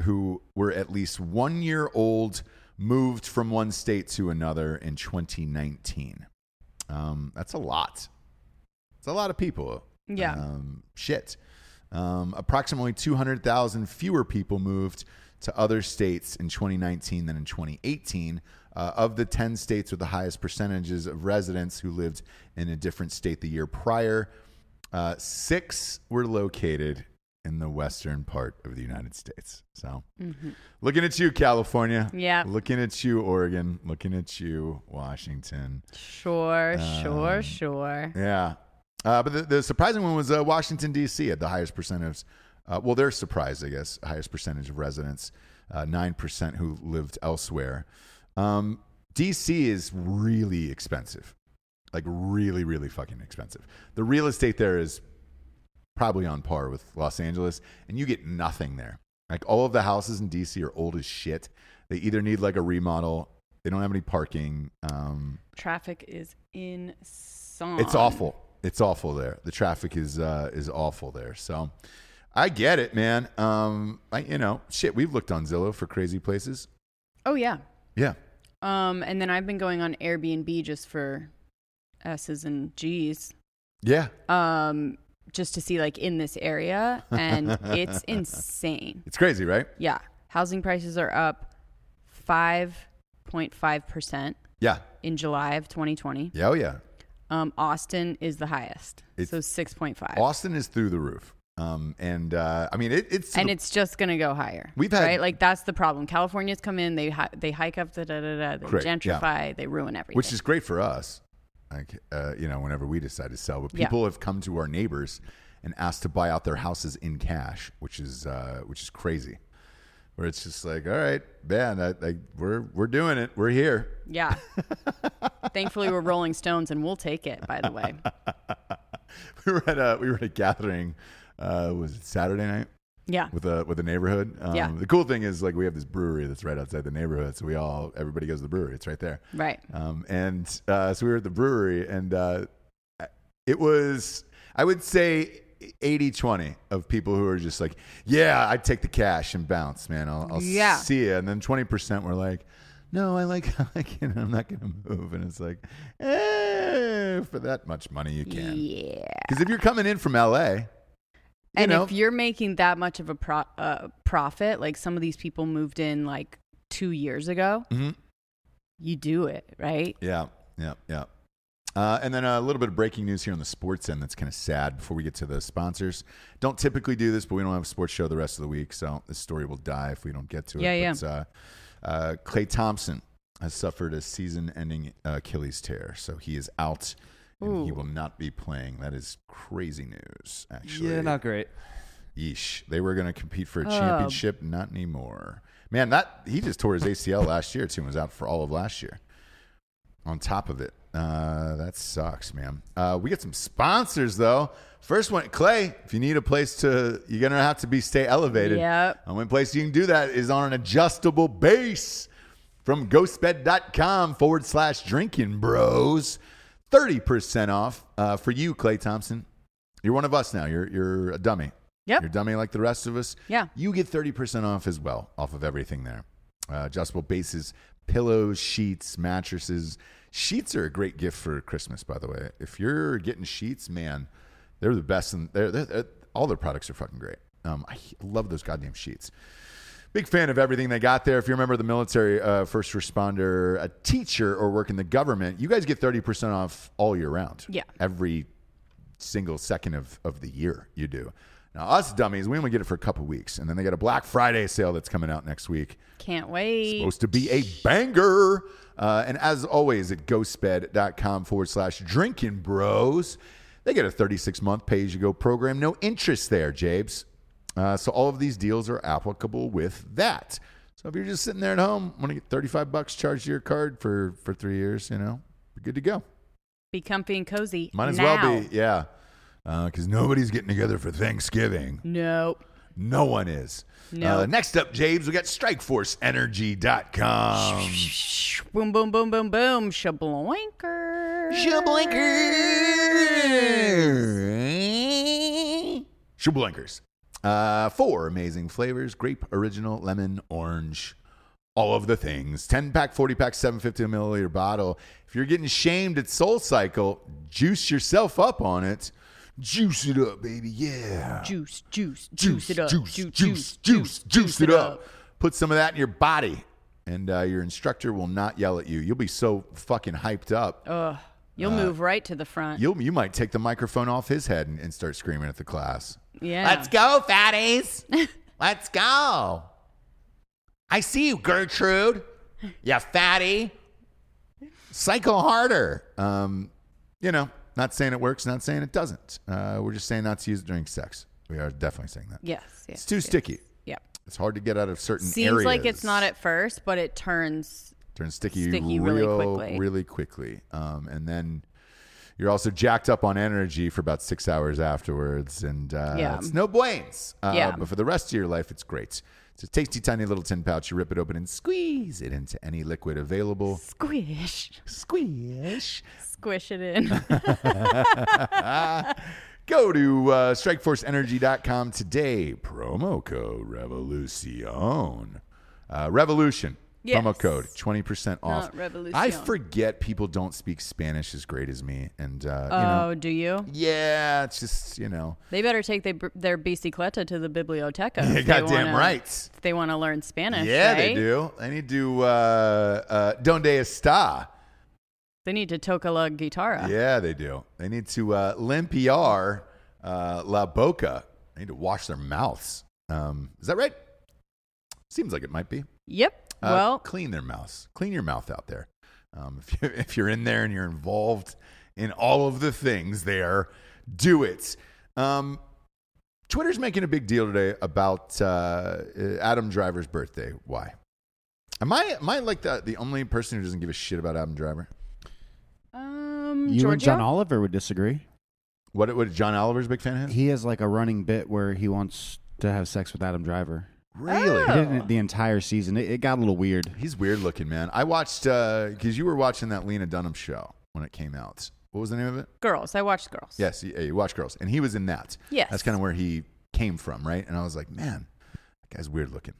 S2: who were at least one year old moved from one state to another in 2019. Um, that's a lot. It's a lot of people.
S3: Yeah.
S2: Um, shit. Um, approximately 200,000 fewer people moved to other states in 2019 than in 2018. Uh, of the 10 states with the highest percentages of residents who lived in a different state the year prior, uh, six were located in the western part of the United States. So, looking at you, California.
S3: Mm-hmm. Yeah.
S2: Looking at you, Oregon. Looking at you, Washington.
S3: Sure,
S2: uh,
S3: sure, sure.
S2: Yeah. Uh, but the, the surprising one was uh, Washington, D.C. had the highest percentage. Uh, well, their surprise, I guess, highest percentage of residents, uh, nine percent who lived elsewhere. Um, D.C. is really expensive, like really, really fucking expensive. The real estate there is probably on par with Los Angeles, and you get nothing there. Like all of the houses in D.C. are old as shit. They either need like a remodel. They don't have any parking. Um,
S3: Traffic is insane.
S2: it's awful. It's awful there. The traffic is uh, is awful there. So I get it, man. Um, I, you know, shit. We've looked on Zillow for crazy places.
S3: Oh yeah.
S2: Yeah,
S3: Um, and then I've been going on Airbnb just for S's and G's.
S2: yeah.
S3: Um, just to see like in this area, and it's insane.
S2: It's crazy, right?
S3: Yeah, housing prices are up five point five percent
S2: Yeah.
S3: in July of 2020.
S2: Yeah. Oh yeah.
S3: Um, Austin is the highest,
S2: It's
S3: so six point five,
S2: Austin is through the roof. Um, and uh, I mean, it, it's
S3: and it's just gonna go higher.
S2: We've had-
S3: right, like that's the problem. California's come in, they hi- they hike up, da da da da, they
S2: Correct, yeah.
S3: gentrify, they ruin everything.
S2: which is great for us. Like uh, you know, whenever we decide to sell, but
S3: Yeah.
S2: people have come to our neighbors and asked to buy out their houses in cash, which is uh, which is crazy. Where it's just like, all right, man, I, I, we're we're doing it, we're here.
S3: yeah. Thankfully, we're Rolling Stones, and we'll take it. By the way,
S2: we were at a we were at a gathering. Uh, was it Saturday night
S3: yeah,
S2: with a with a neighborhood? Um,
S3: Yeah.
S2: The cool thing is like we have this brewery that's right outside the neighborhood, so we all everybody goes to the brewery. It's right there.
S3: right.
S2: Um, and uh, so we were at the brewery, and uh, it was I would say. 80 20 of people who are just like, yeah, I'd take the cash and bounce, man. I'll, I'll
S3: Yeah.
S2: see you. And then 20% were like, no, I like, I like it. I'm not going to move. And it's like, eh, for that much money, you can.
S3: Yeah.
S2: Because if you're coming in from LA, You
S3: and
S2: know.
S3: if you're making that much of a pro- uh, profit, like some of these people moved in like two years ago,
S2: Mhm.
S3: you do it, right?
S2: yeah, yeah, yeah. Uh, and then a little bit of breaking news here on the sports end that's kind of sad before we get to the sponsors. Don't typically do this, but we don't have a sports show the rest of the week, so this story will die if we don't get to it.
S3: Yeah, yeah.
S2: But, uh, uh, Clay Thompson has suffered a season ending Achilles tear, so he is out and he
S3: Ooh.
S2: will not be playing. That is crazy news, actually.
S4: Yeah, not great.
S2: Yeesh. They were going to compete for a championship, not anymore. Man, that he just tore his ACL last year too, and was out for all of last year. On top of it, uh, that sucks, man. Uh, we got some sponsors though. First one, Clay. If you need a place to, you're gonna have to be stay elevated.
S3: Yep.
S2: And one place you can do that is on an adjustable base from ghostbed.com forward slash drinking bros. 30% off uh, for you, Clay Thompson. You're one of us now. You're, you're a dummy.
S3: Yep.
S2: You're dummy like the rest of us.
S3: Yeah.
S2: You get 30% off as well, off of everything there. Uh, adjustable bases, pillows, sheets, mattresses. Sheets are a great gift for Christmas, by the way. If you're getting sheets, man, they're the best. And they're, they're, they're- all their products are fucking great. Um, I h- love those goddamn sheets. Big fan of everything they got there. If you remember the military, uh, first responder, a teacher, or work in the government, you guys get 30% off all year round.
S3: Yeah.
S2: Every single second of, of the year you do. Now, us dummies, we only get it for a couple weeks. And then they got a Black Friday sale that's coming out next week.
S3: Can't wait.
S2: Supposed to be a banger. Uh, and as always, at ghostbed.com forward slash drinking bros, they get a 36 month pay as you go program. No interest there, Jabes. Uh, so all of these deals are applicable with that. So if you're just sitting there at home, want to get 35 bucks charged to your card for, for three years, you know, you're good to go.
S3: be comfy and cozy.
S2: Might as
S3: now.
S2: well be, yeah. Because nobody's getting together for Thanksgiving.
S3: Nope.
S2: No one is.
S3: No.
S2: Uh, next up, James, we got StrikeforceEnergy.com.
S3: Boom, boom, boom, boom, boom. Shabloinker.
S2: Shablinkers. Shablinkers. Uh, four amazing flavors grape, original, lemon, orange. All of the things. 10 pack, 40 pack, 750 milliliter bottle. If you're getting shamed at Soul Cycle, juice yourself up on it. Juice it up, baby. Yeah
S3: Juice, juice, juice it up.
S2: juice, juice, juice, juice, juice it up. Put some of that in your body, and uh, your instructor will not yell at you. You'll be so fucking hyped up.
S3: You'll move right to the front.
S2: You'll, you might take the microphone off his head and, and start screaming at the class.
S3: yeah.
S2: go, fatties. Let's go. I see you, Gertrude. You fatty. Cycle harder. Um, you know, not saying it works, not saying it doesn't. Uh, we're just saying not to use it during sex. We are definitely saying that.
S3: Yes. yes
S2: It's too
S3: yes.
S2: sticky.
S3: Yeah.
S2: It's hard to get out of certain
S3: Seems
S2: areas.
S3: like it's not at first, but it turns.
S2: turns sticky,
S3: sticky
S2: real,
S3: really
S2: really quickly.
S3: quickly.
S2: Um, and then you're also jacked up on energy for about six hours afterwards, and uh,
S3: Yeah.
S2: it's no bueno. Uh,
S3: Yeah.
S2: But for the rest of your life, it's great. It's a tasty, tiny little tin pouch. You rip it open and squeeze it into any liquid available.
S3: Squish.
S2: Squish.
S3: Squish it in.
S2: Go to uh, strikeforceenergy.com today. Promo code Revolution. Uh, Revolution.
S3: Yes.
S2: Promo code 20% off.
S3: Not revolution.
S2: I forget people don't speak Spanish as great as me. And, uh, you know,
S3: oh, do you?
S2: yeah, it's just, you know,
S3: They better take they, their bicicleta to the biblioteca. if they
S2: goddamn
S3: wanna-
S2: right.
S3: If they want to learn Spanish.
S2: Yeah, they
S3: right?
S2: do. They need to, uh, uh, donde está?
S3: They need to toca la guitarra.
S2: Yeah, they do. They need to uh, limpiar uh, la boca. They need to wash their mouths. Um, is that right? Seems like it might be.
S3: Yep.
S2: Uh,
S3: well,
S2: clean their mouths. Clean your mouth out there. Um, if, you, if you're in there and you're involved in all of the things there, do it. Um, Twitter's making a big deal today about uh, Adam Driver's birthday. Why? Am I am I like the the only person who doesn't give a shit about Adam Driver?
S3: um,
S5: You and
S3: Giorgio?
S5: John Oliver would disagree.
S2: What what John Oliver's a big fan of? his?
S5: He has like a running bit where he wants to have sex with Adam Driver.
S2: Really?
S5: He
S3: Oh.
S5: did it the entire season. It, it got a little weird.
S2: He's weird looking, man. I watched because you were watching that Lena Dunham show when it came out. What was the name of it?
S3: Girls. I watched girls.
S2: Yes, you, you watch Girls, and he was in that.
S3: Yes.
S2: that's kind of where he came from, right? And I was like, man, that guy's weird looking.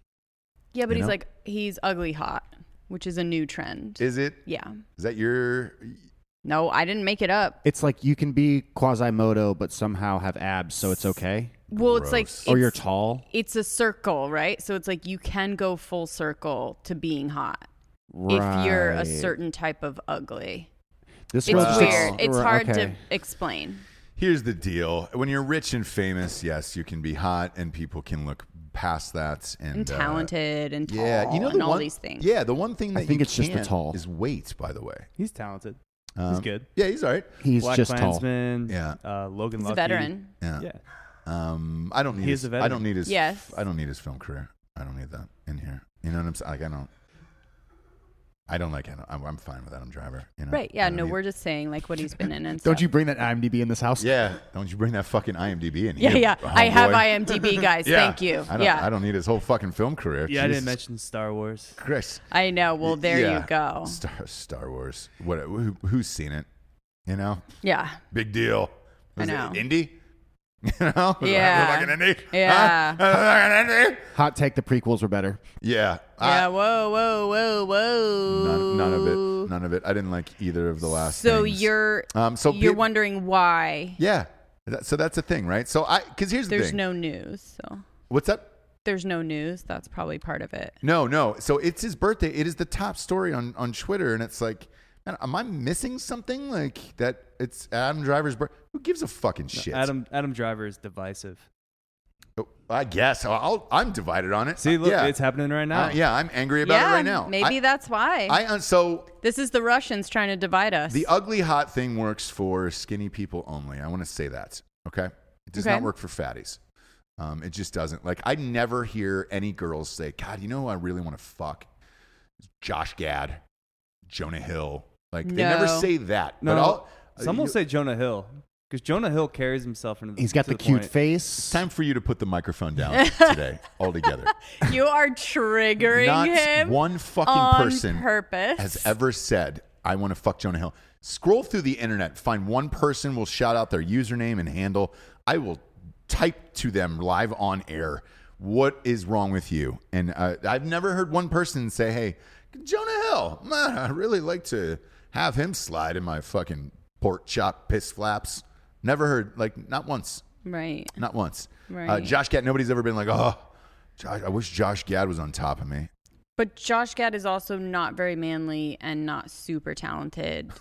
S3: Yeah, but
S2: You
S3: he's
S2: know?
S3: like he's ugly hot, which is a new trend.
S2: Is it?
S3: yeah.
S2: Is that your?
S3: No, I didn't make it up.
S5: It's like you can be quasimodo but somehow have abs, so it's okay.
S3: Well, it's like
S2: Gross.
S3: it's,
S5: or Oh, you're tall,
S3: it's a circle, right? So it's like you can go full circle to being hot if you're a
S5: Right.
S3: certain type of ugly.
S5: This
S3: It's
S5: girl just ex-
S3: weird. It's
S5: right,
S3: hard
S5: okay.
S3: to explain.
S2: Here's the deal: when you're rich and famous, yes, you can be hot, and people can look past that and,
S3: And
S2: uh,
S3: talented and tall
S2: yeah, you know the
S3: and
S2: one,
S3: all these things.
S2: Yeah, the one thing that
S5: I think
S2: you
S5: it's just the
S2: can't
S5: tall.
S2: is weight. By the way,
S4: He's talented.
S2: Um,
S4: good.
S2: Yeah, he's all right.
S5: He's
S4: Black
S5: just tall.
S4: Klansman.
S2: Yeah.
S4: Uh, Logan
S3: He's
S4: Lucky.
S3: a veteran.
S2: Yeah.
S4: Yeah.
S2: Um, I don't need.
S4: He
S2: his,
S4: is a
S2: I
S4: veteran.
S2: don't need his.
S3: Yes.
S2: I don't need his film career. I don't need that in here. You know what I'm saying? Like I don't. I don't like Adam. I'm, I'm fine with Adam Driver. You know?
S3: Right.
S2: I
S3: Yeah.
S2: don't
S3: No,
S2: need-
S3: we're just saying like what he's been in and
S5: Don't
S3: stuff.
S5: you bring that IMDb in this house?
S2: Yeah. Don't you bring that fucking IMDb in
S3: Yeah,
S2: here?
S3: yeah. I
S2: homeboy.
S3: have IMDb, guys.
S2: oh, Yeah.
S3: Thank you.
S2: I don't,
S3: yeah.
S2: I don't need his whole fucking film career.
S4: Yeah, I
S2: Jesus
S4: didn't mention Star Wars.
S2: Christ.
S3: I know. Well, there
S2: Yeah.
S3: you go.
S2: Star Star Wars. What? Who, who's seen it? You know,
S3: Yeah.
S2: big deal.
S3: I
S2: Was it
S3: know.
S2: indie? You know, Was it
S3: Yeah.
S2: fucking indie. Huh?
S3: Yeah.
S2: Fucking indie?
S5: Hot take: the prequels were better.
S2: Yeah. I-
S3: Yeah. Whoa, whoa, whoa, whoa.
S2: None, none of it. None of it. I didn't like either of the last.
S3: So
S2: things.
S3: you're
S2: Um, so
S3: you're
S2: peop-
S3: wondering why
S2: yeah. That- so that's a thing, right? So I because here's the
S3: there's
S2: thing.
S3: no news. So
S2: What's up?
S3: there's no news. That's probably part of it.
S2: No, no. So it's his birthday. It is the top story on on Twitter, and it's like, man, am I missing something? Like that? It's Adam Driver's birthday. Who gives a fucking shit?
S4: Adam Adam Driver is divisive.
S2: Oh, I guess I'll, I'm divided on it.
S4: See,
S2: Uh,
S4: look,
S2: yeah.
S4: it's happening right now.
S2: Uh, yeah, I'm angry about
S3: yeah.
S2: it right now.
S3: Maybe
S2: I,
S3: that's why.
S2: I uh, so
S3: this is the Russians trying to divide us.
S2: The ugly hot thing works for skinny people only. I want to say that. Okay. It does
S3: Okay.
S2: not work for fatties. Um, it just doesn't. Like, I never hear any girls say, God, you know who I really want to fuck? Josh Gad, Jonah Hill. Like, they never
S3: No.
S2: say that.
S4: No,
S2: But I'll,
S4: some will
S2: you-
S4: say Jonah Hill because Jonah Hill carries himself into. The,
S5: He's got
S4: to
S5: the,
S4: the
S5: cute
S4: point.
S5: face.
S2: Time for you to put the microphone down today altogether.
S3: you are triggering
S2: Not
S3: him
S2: one fucking
S3: on
S2: person
S3: purpose.
S2: has ever said, I want to fuck Jonah Hill. Scroll through the internet, find one person, will shout out their username and handle. I will type to them live on air, what is wrong with you? And uh, I've never heard one person say, hey, Jonah Hill, man, I really like to have him slide in my fucking pork chop piss flaps. Never heard, like, not once.
S3: right.
S2: Not once. Uh,
S3: Right.
S2: Josh Gad, nobody's ever been like, oh, Josh, I wish Josh Gad was on top of me.
S3: But Josh Gad is also not very manly and not super talented.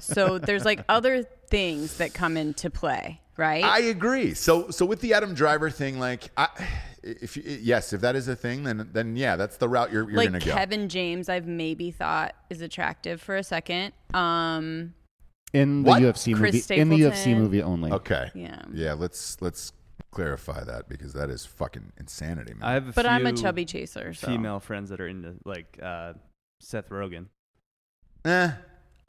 S3: so there's like other things that come into play, right?
S2: I agree. So so with the Adam Driver thing, like, I, if you- yes, if that is a thing, then then yeah, that's the route you're, you're
S3: like
S2: gonna go.
S3: Kevin James, I've maybe thought is attractive for a second. Um,
S5: in the
S2: What?
S5: UFC
S3: Chris
S5: movie. In the UFC
S3: Stapleton.
S5: movie only.
S2: Okay.
S3: Yeah.
S2: Yeah. Let's let's clarify that because that is fucking insanity, man.
S4: I have, a
S3: but I'm a
S4: few
S3: chubby chaser. So.
S4: female friends that are into like uh, Seth Rogen.
S2: Eh,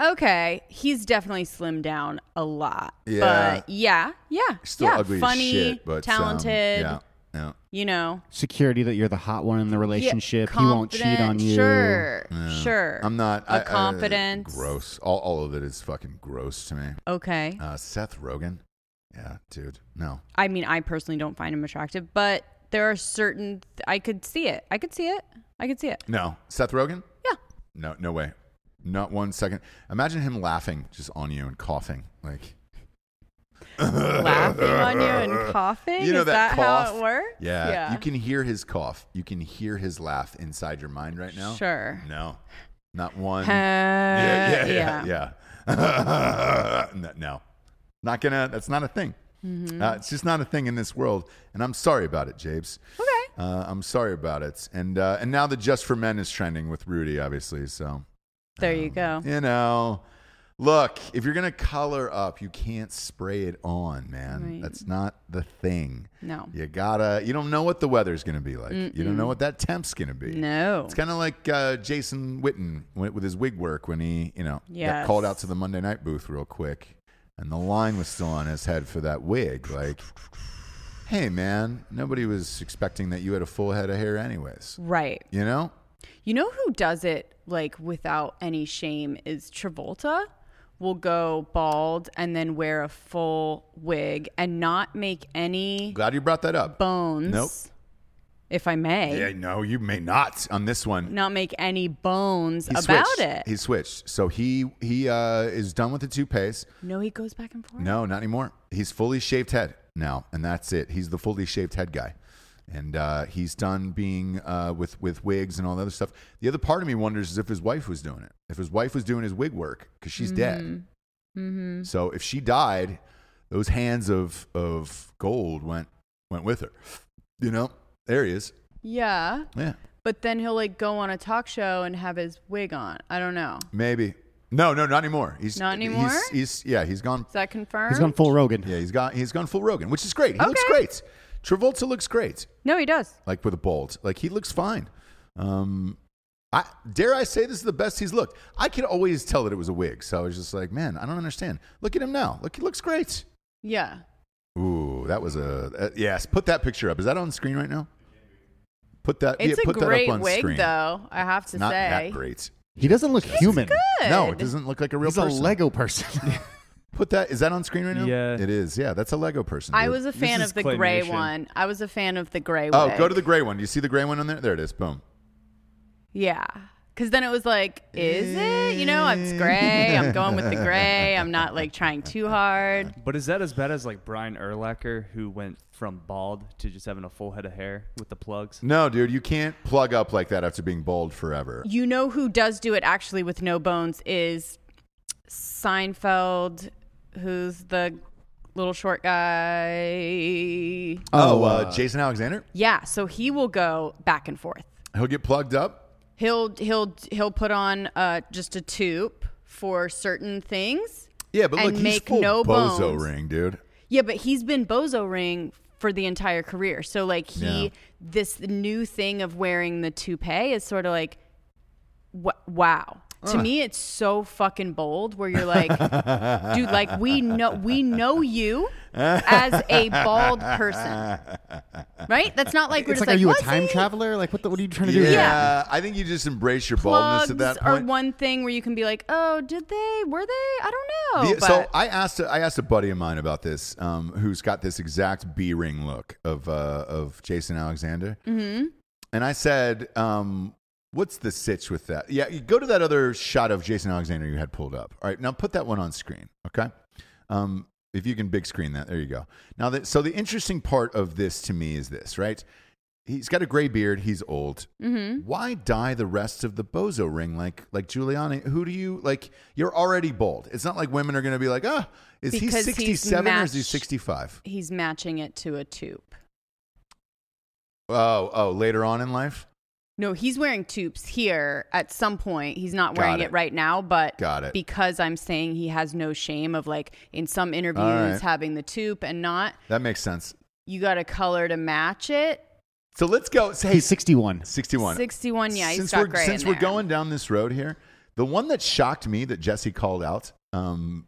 S3: Okay, he's definitely slimmed down a lot.
S2: Yeah.
S3: but yeah, yeah,
S2: still
S3: yeah.
S2: ugly
S3: funny,
S2: as shit, but um,
S3: talented.
S2: yeah, yeah.
S3: You know,
S5: Security that you're the hot one in the relationship.
S3: Yeah,
S5: he won't cheat on
S3: confident,
S5: you.
S3: Sure,
S2: Yeah.
S3: sure.
S2: I'm not
S3: A
S2: I- I-
S3: confidence.
S2: gross. All, all of it is fucking gross to me.
S3: Okay.
S2: Uh, Seth Rogen. Yeah, dude. No.
S3: I mean, I personally don't find him attractive, but there are certain I could see it. I could see it. I could see it.
S2: No. Seth Rogen?
S3: Yeah.
S2: No. No way. Not one second. Imagine him laughing just on you and coughing like.
S3: Laughing on you and coughing.
S2: You know
S3: Is
S2: that,
S3: that,
S2: cough?
S3: how it works?
S2: Yeah. You can hear his cough. You can hear his laugh inside your mind right now.
S3: Sure.
S2: No. Not one.
S3: Uh,
S2: Mm. yeah, yeah, yeah, yeah. no, no. Not gonna. That's not a thing.
S3: Mm-hmm.
S2: Uh, it's just not a thing in this world, and I'm sorry about it, Japes.
S3: Okay.
S2: Uh, I'm sorry about it, and uh, and now the Just for Men is trending with Rudy, obviously. So
S3: There you go.
S2: you know, look, if you're gonna color up, you can't spray it on, man.
S3: Right.
S2: That's not the thing.
S3: No.
S2: You gotta. You don't know what the weather's gonna be like. You don't know what that temp's gonna be.
S3: No.
S2: It's kind of like uh, Jason Witten when, with his wig work when he, you know, got
S3: Yes.
S2: called out to the Monday night booth real quick, and the line was still on his head for that wig. Like, hey man, nobody was expecting that you had a full head of hair, anyways.
S3: Right.
S2: You know?
S3: You know who does it like without any shame is Travolta will go bald and then wear a full wig and not make any
S2: Glad you brought that up.
S3: bones.
S2: Nope.
S3: If I may.
S2: Yeah, no, you may not on this one.
S3: Not make any bones
S2: He
S3: about
S2: switched.
S3: it.
S2: He switched. So he he uh, is done with the toupees.
S3: no, he goes back and forth.
S2: No, not anymore. He's fully shaved head now, and that's it. He's the fully shaved head guy, and uh, he's done being uh, with with wigs and all the other stuff. The other part of me wonders is if his wife was doing it. If his wife was doing his wig work, because she's
S3: Mm-hmm.
S2: dead. So if she died, those hands of of gold went went with her. You know, there he is.
S3: Yeah.
S2: Yeah,
S3: But then he'll like go on a talk show and have his wig on. I don't know.
S2: maybe. No, no, not anymore. He's
S3: Not
S2: he's-
S3: anymore?
S2: He's, yeah, he's gone
S3: Is that confirmed?
S5: He's gone full Rogan.
S2: Yeah, he's got he's gone full Rogan, which is great. He looks
S3: Okay.
S2: great. Travolta looks great,
S3: no, he does.
S2: like with a bald. Like he looks fine. Um, I dare I say this is the best he's looked. I could always tell that it was a wig, so I was just like, man, I don't understand. Look at him now. Look, he looks great.
S3: Yeah.
S2: Ooh, that was a uh, yes. Put that picture up. Is that on screen right now? Put that.
S3: It's
S2: yeah, put
S3: a great
S2: that up on
S3: wig
S2: screen.
S3: though, I have to
S2: It's not
S3: say.
S2: that great.
S5: He doesn't look human.
S2: No,
S3: Good.
S2: it doesn't look like a real
S5: He's
S2: person.
S5: a Lego person.
S2: Put that. Is that on screen right now?
S4: Yeah.
S2: it is. Yeah, that's a Lego person.
S3: I
S2: dude.
S3: was a fan
S4: is
S3: of the gray
S4: claymation.
S3: one. I was a fan of the gray
S2: Oh,
S3: wig.
S2: go to the gray one. Do you see the gray one on there? There it is. Boom.
S3: Yeah. Cause then it was like, is it? You know, it's gray. I'm going with the gray. I'm not like trying too hard.
S4: But is that as bad as like Brian Erlacher, who went from bald to just having a full head of hair with the plugs?
S2: No, dude, you can't plug up like that after being bald forever.
S3: You know who does do it actually with no bones is Seinfeld, who's the little short guy.
S2: Oh, uh, Jason Alexander,
S3: Yeah, so he will go back and forth.
S2: he'll get plugged up.
S3: He'll he'll he'll put on uh, just a tube for certain things.
S2: Yeah, but
S3: And
S2: look, he's
S3: make
S2: full
S3: no
S2: bozo
S3: bones.
S2: ring, dude.
S3: Yeah, but he's been bozo ring for the entire career. So like he
S2: Yeah.
S3: this new thing of wearing the toupee is sort of like wh- wow. To me it's so fucking bold where you're like dude like we know we know you as a bald person. Right? That's not like we're
S5: it's
S3: just
S5: like, are you a
S3: "Was
S5: time
S3: he?"
S5: traveler? Like, what, the, what are you trying to
S2: Yeah,
S5: do?
S2: I think you just embrace your baldness
S3: Plugs
S2: at that
S3: are
S2: point.
S3: one thing where you can be like, "Oh, did they? Were they? I don't know."
S2: The-
S3: oh, but
S2: so I asked a, I asked a buddy of mine about this, um, who's got this exact B ring look of uh, of Jason Alexander, mm-hmm. and I said, um, "What's the sitch with that?" Yeah, you go to that other shot of Jason Alexander you had pulled up. All right, now put that one on screen, okay? Um, if you can big screen that, there you go. Now, that, so the interesting part of this to me is this, right? he's got a gray beard. He's old.
S3: Mm-hmm.
S2: Why dye the rest of the bozo ring like like Giuliani? Who do you like? You're already bald. It's not like women are going to be like, ah, is he
S3: Because he's
S2: 67 or is he
S3: matched-
S2: 65?
S3: He's matching it to a tube.
S2: Oh, oh, later on in life.
S3: No, he's wearing tubes here at some point. He's not
S2: Got
S3: wearing
S2: it.
S3: it. right now, but
S2: Got it.
S3: because I'm saying he has no shame of like in some interviews
S2: right.
S3: having the tube and not,
S2: That makes sense.
S3: you got a color to match it.
S2: So let's go. Hey,
S5: He's 61.
S2: 61.
S3: 61, yeah, he's
S2: since
S3: got
S2: we're
S3: gray in
S2: since we're
S3: there.
S2: going down this road here, the one that shocked me that Jesse called out um,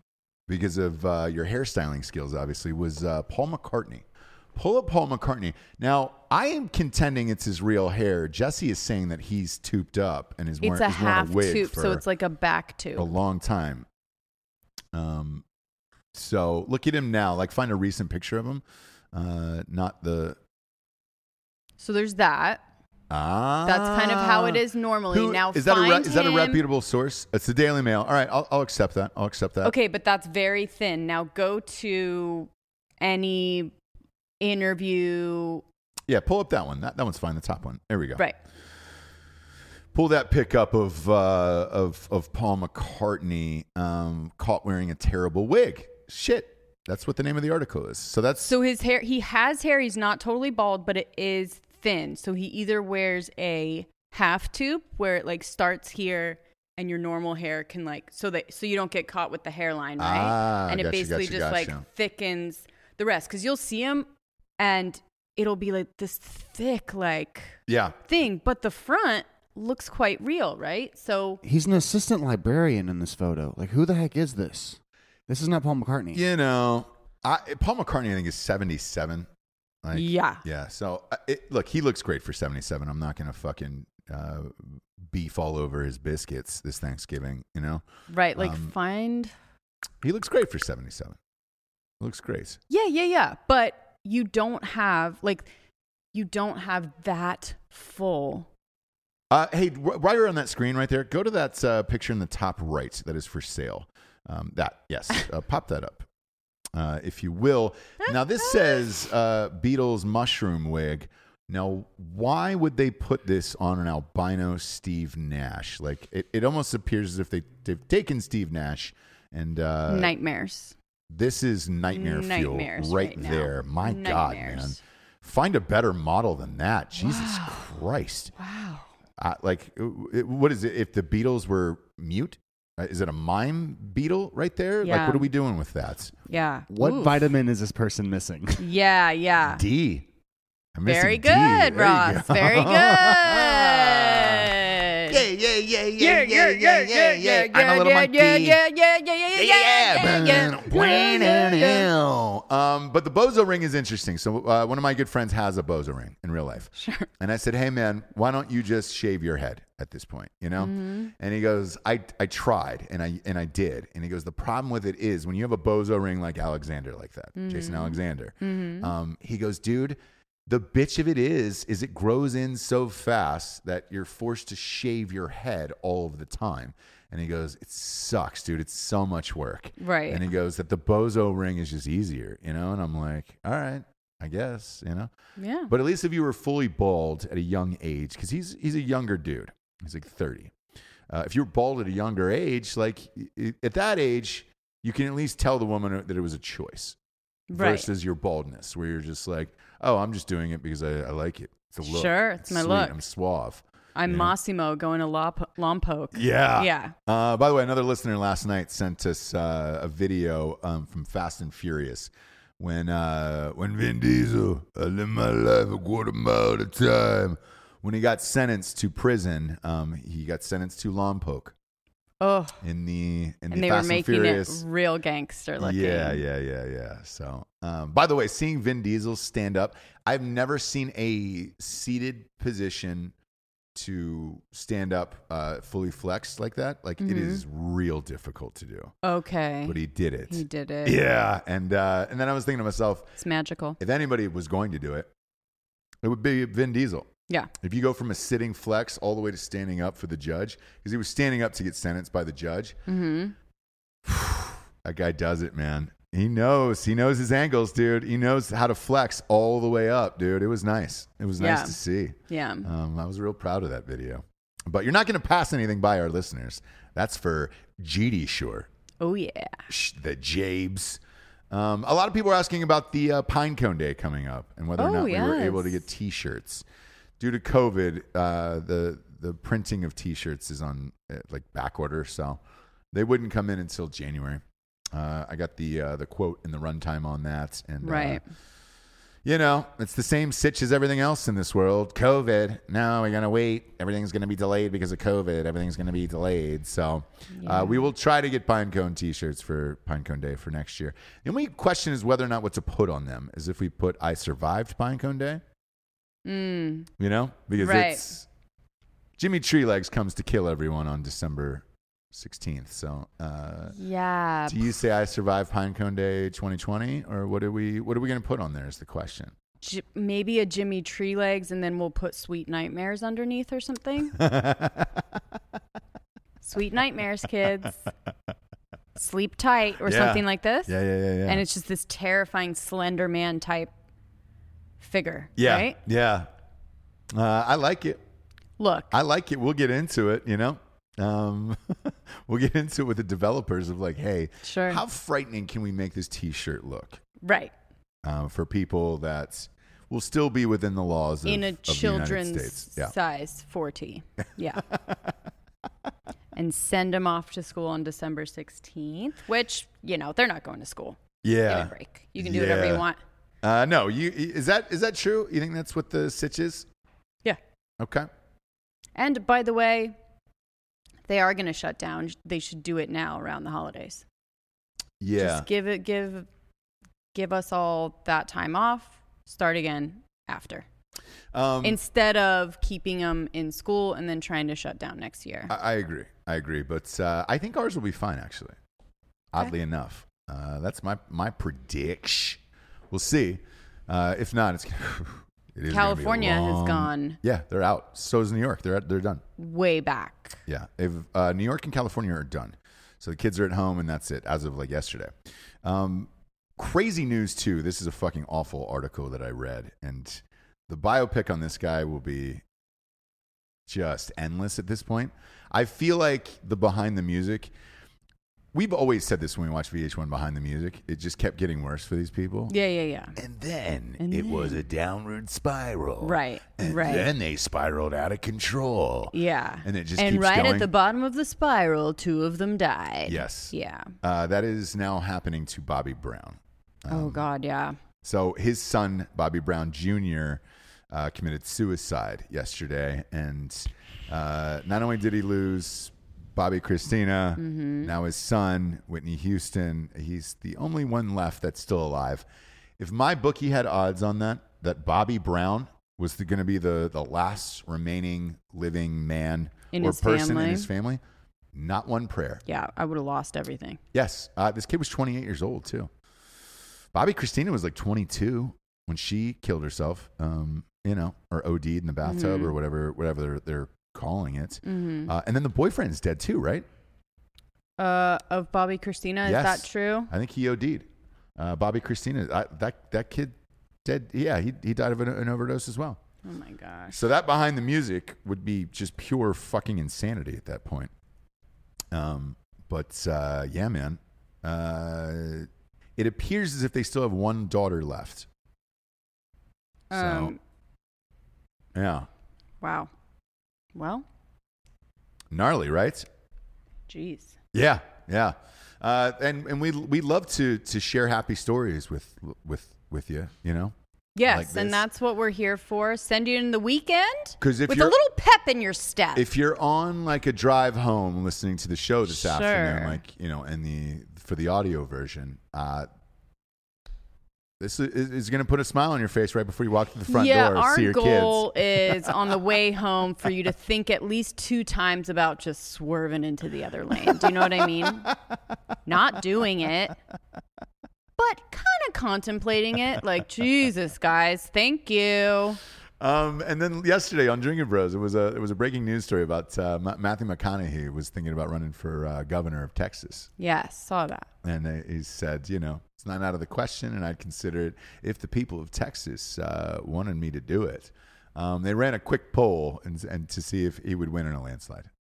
S2: because of uh, your hairstyling skills, obviously, was uh, Paul McCartney. Pull up Paul McCartney. Now I am contending it's his real hair. Jesse is saying that he's tooped up and is wearing,
S3: It's a
S2: he's wearing
S3: half
S2: a wig
S3: tube,
S2: for
S3: so it's like a back tube.
S2: a long time. Um, so look at him now. Like find a recent picture of him, uh, not the
S3: so there's that.
S2: ah.
S3: That's kind of how it is normally.
S2: Who-
S3: now
S2: is that a re-
S3: find
S2: is that a
S3: him-
S2: reputable source? It's the Daily Mail. All right, I'll, I'll accept that. I'll accept that.
S3: Okay, but that's very thin. Now go to any interview.
S2: Yeah, pull up that one. That, that one's fine. The top one. There we go.
S3: Right.
S2: Pull that pickup of uh, of of Paul McCartney um, caught wearing a terrible wig. Shit, that's what the name of the article is. So that's
S3: So his hair, he has hair. He's not totally bald, but it is thin. So he either wears a half tube where it like starts here and your normal hair can like so that so you don't get caught with the hairline, right?
S2: Ah,
S3: and it
S2: gotcha,
S3: basically
S2: gotcha,
S3: just
S2: gotcha.
S3: like thickens the rest cuz you'll see him and it'll be like this thick like
S2: yeah.
S3: thing, but the front looks quite real, right? So
S5: He's an assistant librarian in this photo. Like, who the heck is this? This is not Paul McCartney.
S2: You know, I, Paul McCartney I think is seventy seven. Like,
S3: yeah.
S2: Yeah. So uh, it, look, he looks great for 77. I'm not going to fucking uh, beef all over his biscuits this Thanksgiving, you know?
S3: Right, like
S2: Um,
S3: find
S2: He looks great for 77. Looks great.
S3: Yeah, yeah, yeah. But you don't have like you don't have that full.
S2: Uh, hey, wh- while you're on that screen right there, go to that uh, picture in the top right that is for sale. Um, that, yes, uh, pop that up. Uh, if you will. Now, this says uh, Beatles mushroom wig. Now, why would they put this on an albino Steve Nash? Like, it, it almost appears as if they, they've taken Steve Nash and uh,
S3: Nightmares.
S2: this is nightmare
S3: Nightmares
S2: fuel right,
S3: right now.
S2: there. My God, man.
S3: Nightmares.
S2: Find a better model than that. Jesus Christ.
S3: Wow.
S2: I, like, uh, it- what is it? If the Beatles were mute, Uh, is it a mime beetle right there? Like,
S3: Yeah.
S2: what are we doing with that?
S3: Yeah.
S5: What
S3: Oof.
S5: vitamin is this person missing?
S3: Yeah, yeah.
S2: D. I'm missing
S3: Very
S2: D.
S3: good,
S2: There you
S3: Ross.
S2: go.
S3: Very good.
S2: Yeah, yeah, yeah, yeah, yeah, yeah, yeah, yeah. I'm a little monkey.
S3: yeah, yeah, yeah, yeah, yeah, yeah, yeah, yeah, yeah, yeah, yeah.
S2: Um, but the bozo ring is interesting. So uh, one of my good friends has a bozo ring in real life.
S3: Sure.
S2: And I said, "Hey man, why don't you just shave your head at this point, you know?" And he goes, "I I tried and I and I did." And he goes, "The problem with it is when you have a bozo ring like Alexander like that, Jason Alexander. Um, he goes, "Dude, the bitch of it is is it grows in so fast that you're forced to shave your head all of the time." And he goes, "It sucks, dude. It's so much work."
S3: Right.
S2: And he goes that the bozo ring is just easier, you know? And I'm like, "All right, I guess, you know."
S3: Yeah.
S2: But at least if you were fully bald at a young age, because he's he's a younger dude, he's like thirty. Uh, if you're bald at a younger age, like i- i- at that age, you can at least tell the woman that it was a choice
S3: Right.
S2: versus your baldness, where you're just like, oh, I'm just doing it because I, I like it. It's a look.
S3: Sure, it's my
S2: sweet.
S3: look."
S2: I'm suave.
S3: I'm
S2: Yeah.
S3: Massimo going to Lomp- Lompoc.
S2: Yeah.
S3: Yeah.
S2: Uh, by the way, another listener last night sent us uh, a video um, from Fast and Furious when uh, when Vin Diesel, I live my life a quarter mile at a time. When he got sentenced to prison, um, he got sentenced to Lompoc
S3: Oh,
S2: in the in
S3: and
S2: the
S3: they were
S2: Fast
S3: making
S2: and Furious.
S3: it real gangster looking.
S2: Yeah, yeah, yeah, yeah. So, um, by the way, seeing Vin Diesel stand up, I've never seen a seated position to stand up uh, fully flexed like that. Like
S3: Mm-hmm.
S2: it is real difficult to do,
S3: Okay.
S2: but he did it.
S3: Eh, He did it.
S2: Yeah, and uh, and then I was thinking to myself,
S3: It's magical.
S2: if anybody was going to do it, it would be Vin Diesel.
S3: Yeah.
S2: If you go from a sitting flex all the way to standing up for the judge, because he was standing up to get sentenced by the judge,
S3: Mm-hmm.
S2: that guy does it, man. He knows. He knows his angles, dude. He knows how to flex all the way up, dude. It was nice. It was nice
S3: Yeah.
S2: to see.
S3: Yeah.
S2: Um, I was real proud of that video. But you're not going to pass anything by our listeners. That's for GD Shore,
S3: Oh yeah.
S2: Sh- the Jabes. Um, a lot of people are asking about the uh, Pinecone Day coming up and whether or
S3: Oh,
S2: not we were
S3: yes.
S2: able to get T-shirts. Due to COVID, uh, the the printing of T-shirts is on uh, like back order, so they wouldn't come in until January. Uh, I got the uh, the quote and the runtime on that, and uh,
S3: Right.
S2: you know, it's the same sitch as everything else in this world. COVID. No, we're going to wait. Everything's going to be delayed because of COVID. Everything's going to be delayed. So uh, we will try to get Pinecone t shirts for Pinecone Day for next year. The only question is whether or not what to put on them is if we put I survived Pinecone Day,
S3: Mm.
S2: you know, because
S3: Right.
S2: it's Jimmy Tree Legs comes to kill everyone on December 16th. So uh,
S3: Yeah.
S2: do you say I survived Pinecone Day 2020 or what are we, what are we going to put on there is the question.
S3: J- maybe a Jimmy Tree Legs, and then we'll put Sweet Nightmares underneath or something. Sweet Nightmares, kids. Sleep tight or
S2: Yeah.
S3: something like this.
S2: Yeah, yeah, yeah, yeah.
S3: And it's just this terrifying Slender Man type figure.
S2: Yeah.
S3: Right?
S2: Yeah. Uh, I like it.
S3: Look.
S2: I like it. We'll get into it, you know? Um, we'll get into it with the developers of like, hey,
S3: Sure.
S2: how frightening can we make this t shirt look
S3: right.
S2: uh, for people that will still be within the laws of,
S3: in a
S2: of the United
S3: children's
S2: States? Yeah.
S3: size 40 yeah and send them off to school on december 16th which you know they're not going to school
S2: yeah.
S3: give it a break you can do whatever
S2: Yeah.
S3: you want
S2: Uh, no, you is that is that true? You think that's what the sitch is?
S3: yeah
S2: Okay.
S3: and by the way they are going to shut down they should do it now around the holidays
S2: Yeah.
S3: just give it give give us all that time off start again after
S2: um,
S3: instead of keeping them in school and then trying to shut down next year
S2: I, I agree. I agree. But uh, I think ours will be fine, actually. Oddly enough, uh, that's my my prediction. We'll see. Uh, if not, it's it is gonna be a
S3: California has
S2: long-
S3: gone-
S2: Yeah, they're out. So is New York. They're they're done.
S3: way back
S2: Yeah, if uh, New York and California are done, so the kids are at home and that's it as of like yesterday. Um, crazy news too. This is a fucking awful article that I read, and the biopic on this guy will be just endless at this point. I feel like the behind the music. We've always said this when we watch VH1 Behind the Music. It just kept getting worse for these people.
S3: yeah yeah yeah
S2: And then it was a downward spiral.
S3: Right,
S2: And
S3: right.
S2: Then they spiraled out of control.
S3: Yeah.
S2: And it just
S3: And
S2: keeps
S3: right
S2: going.
S3: at the bottom of the spiral, two of them died.
S2: Yes.
S3: Yeah.
S2: Uh, that is now happening to Bobby Brown.
S3: oh God, yeah.
S2: So his son, Bobby Brown Jr., uh, committed suicide yesterday. And uh, not only did he lose Bobby Christina,
S3: Mm-hmm.
S2: now his son, Whitney Houston, he's the only one left that's still alive. If my bookie had odds on that, that Bobby Brown was going to be the, the last remaining living man
S3: In
S2: or
S3: his
S2: person in
S3: family.
S2: his family, not one prayer.
S3: Yeah. I would have lost everything.
S2: Yes, uh, this kid was 28 years old too. Bobby Christina was like 22 when she killed herself, um, you know, or OD'd in the
S3: Mm-hmm.
S2: bathtub or whatever, whatever they're, they're calling it. Uh, and then the boyfriend's dead too, right?
S3: Uh of Bobby Christina, is
S2: Yes.
S3: that true?
S2: I think he OD'd. Uh, Bobby Christina, I, that that kid dead. Yeah, he he died of an, an overdose as well.
S3: Oh my gosh.
S2: So that behind the music would be just pure fucking insanity at that point. Um, but uh, yeah, man, uh, it appears as if they still have one daughter left. So
S3: Um,
S2: yeah,
S3: Wow. Well,
S2: gnarly, right?
S3: jeez.
S2: Yeah, yeah. Uh, and and we we love to to share happy stories with with with you, you know.
S3: Yes,
S2: Like this.
S3: and that's what we're here for. Send you in the weekend
S2: 'Cause if
S3: with a
S2: you're-
S3: little pep in your step.
S2: If you're on like a drive home listening to the show this
S3: Sure.
S2: afternoon, like you know, and the for the audio version, uh, this is, is going to put a smile on your face right before you walk through the front
S3: yeah,
S2: door.
S3: our
S2: see your
S3: goal is on the way home for you to think at least two times about just swerving into the other lane. Do you know what I mean? Not doing it, but kind of contemplating it. Like, Jesus, guys, thank you.
S2: kids. Um, and then yesterday on Drinking Bros, it was a it was a breaking news story about uh, Ma- Matthew McConaughey was thinking about running for uh, governor of Texas,
S3: Yes, saw that.
S2: and uh, he said, you know, it's not out of the question, and I'd consider it if the people of Texas uh, wanted me to do it. Um, they ran a quick poll and, and to see if he would win in a landslide.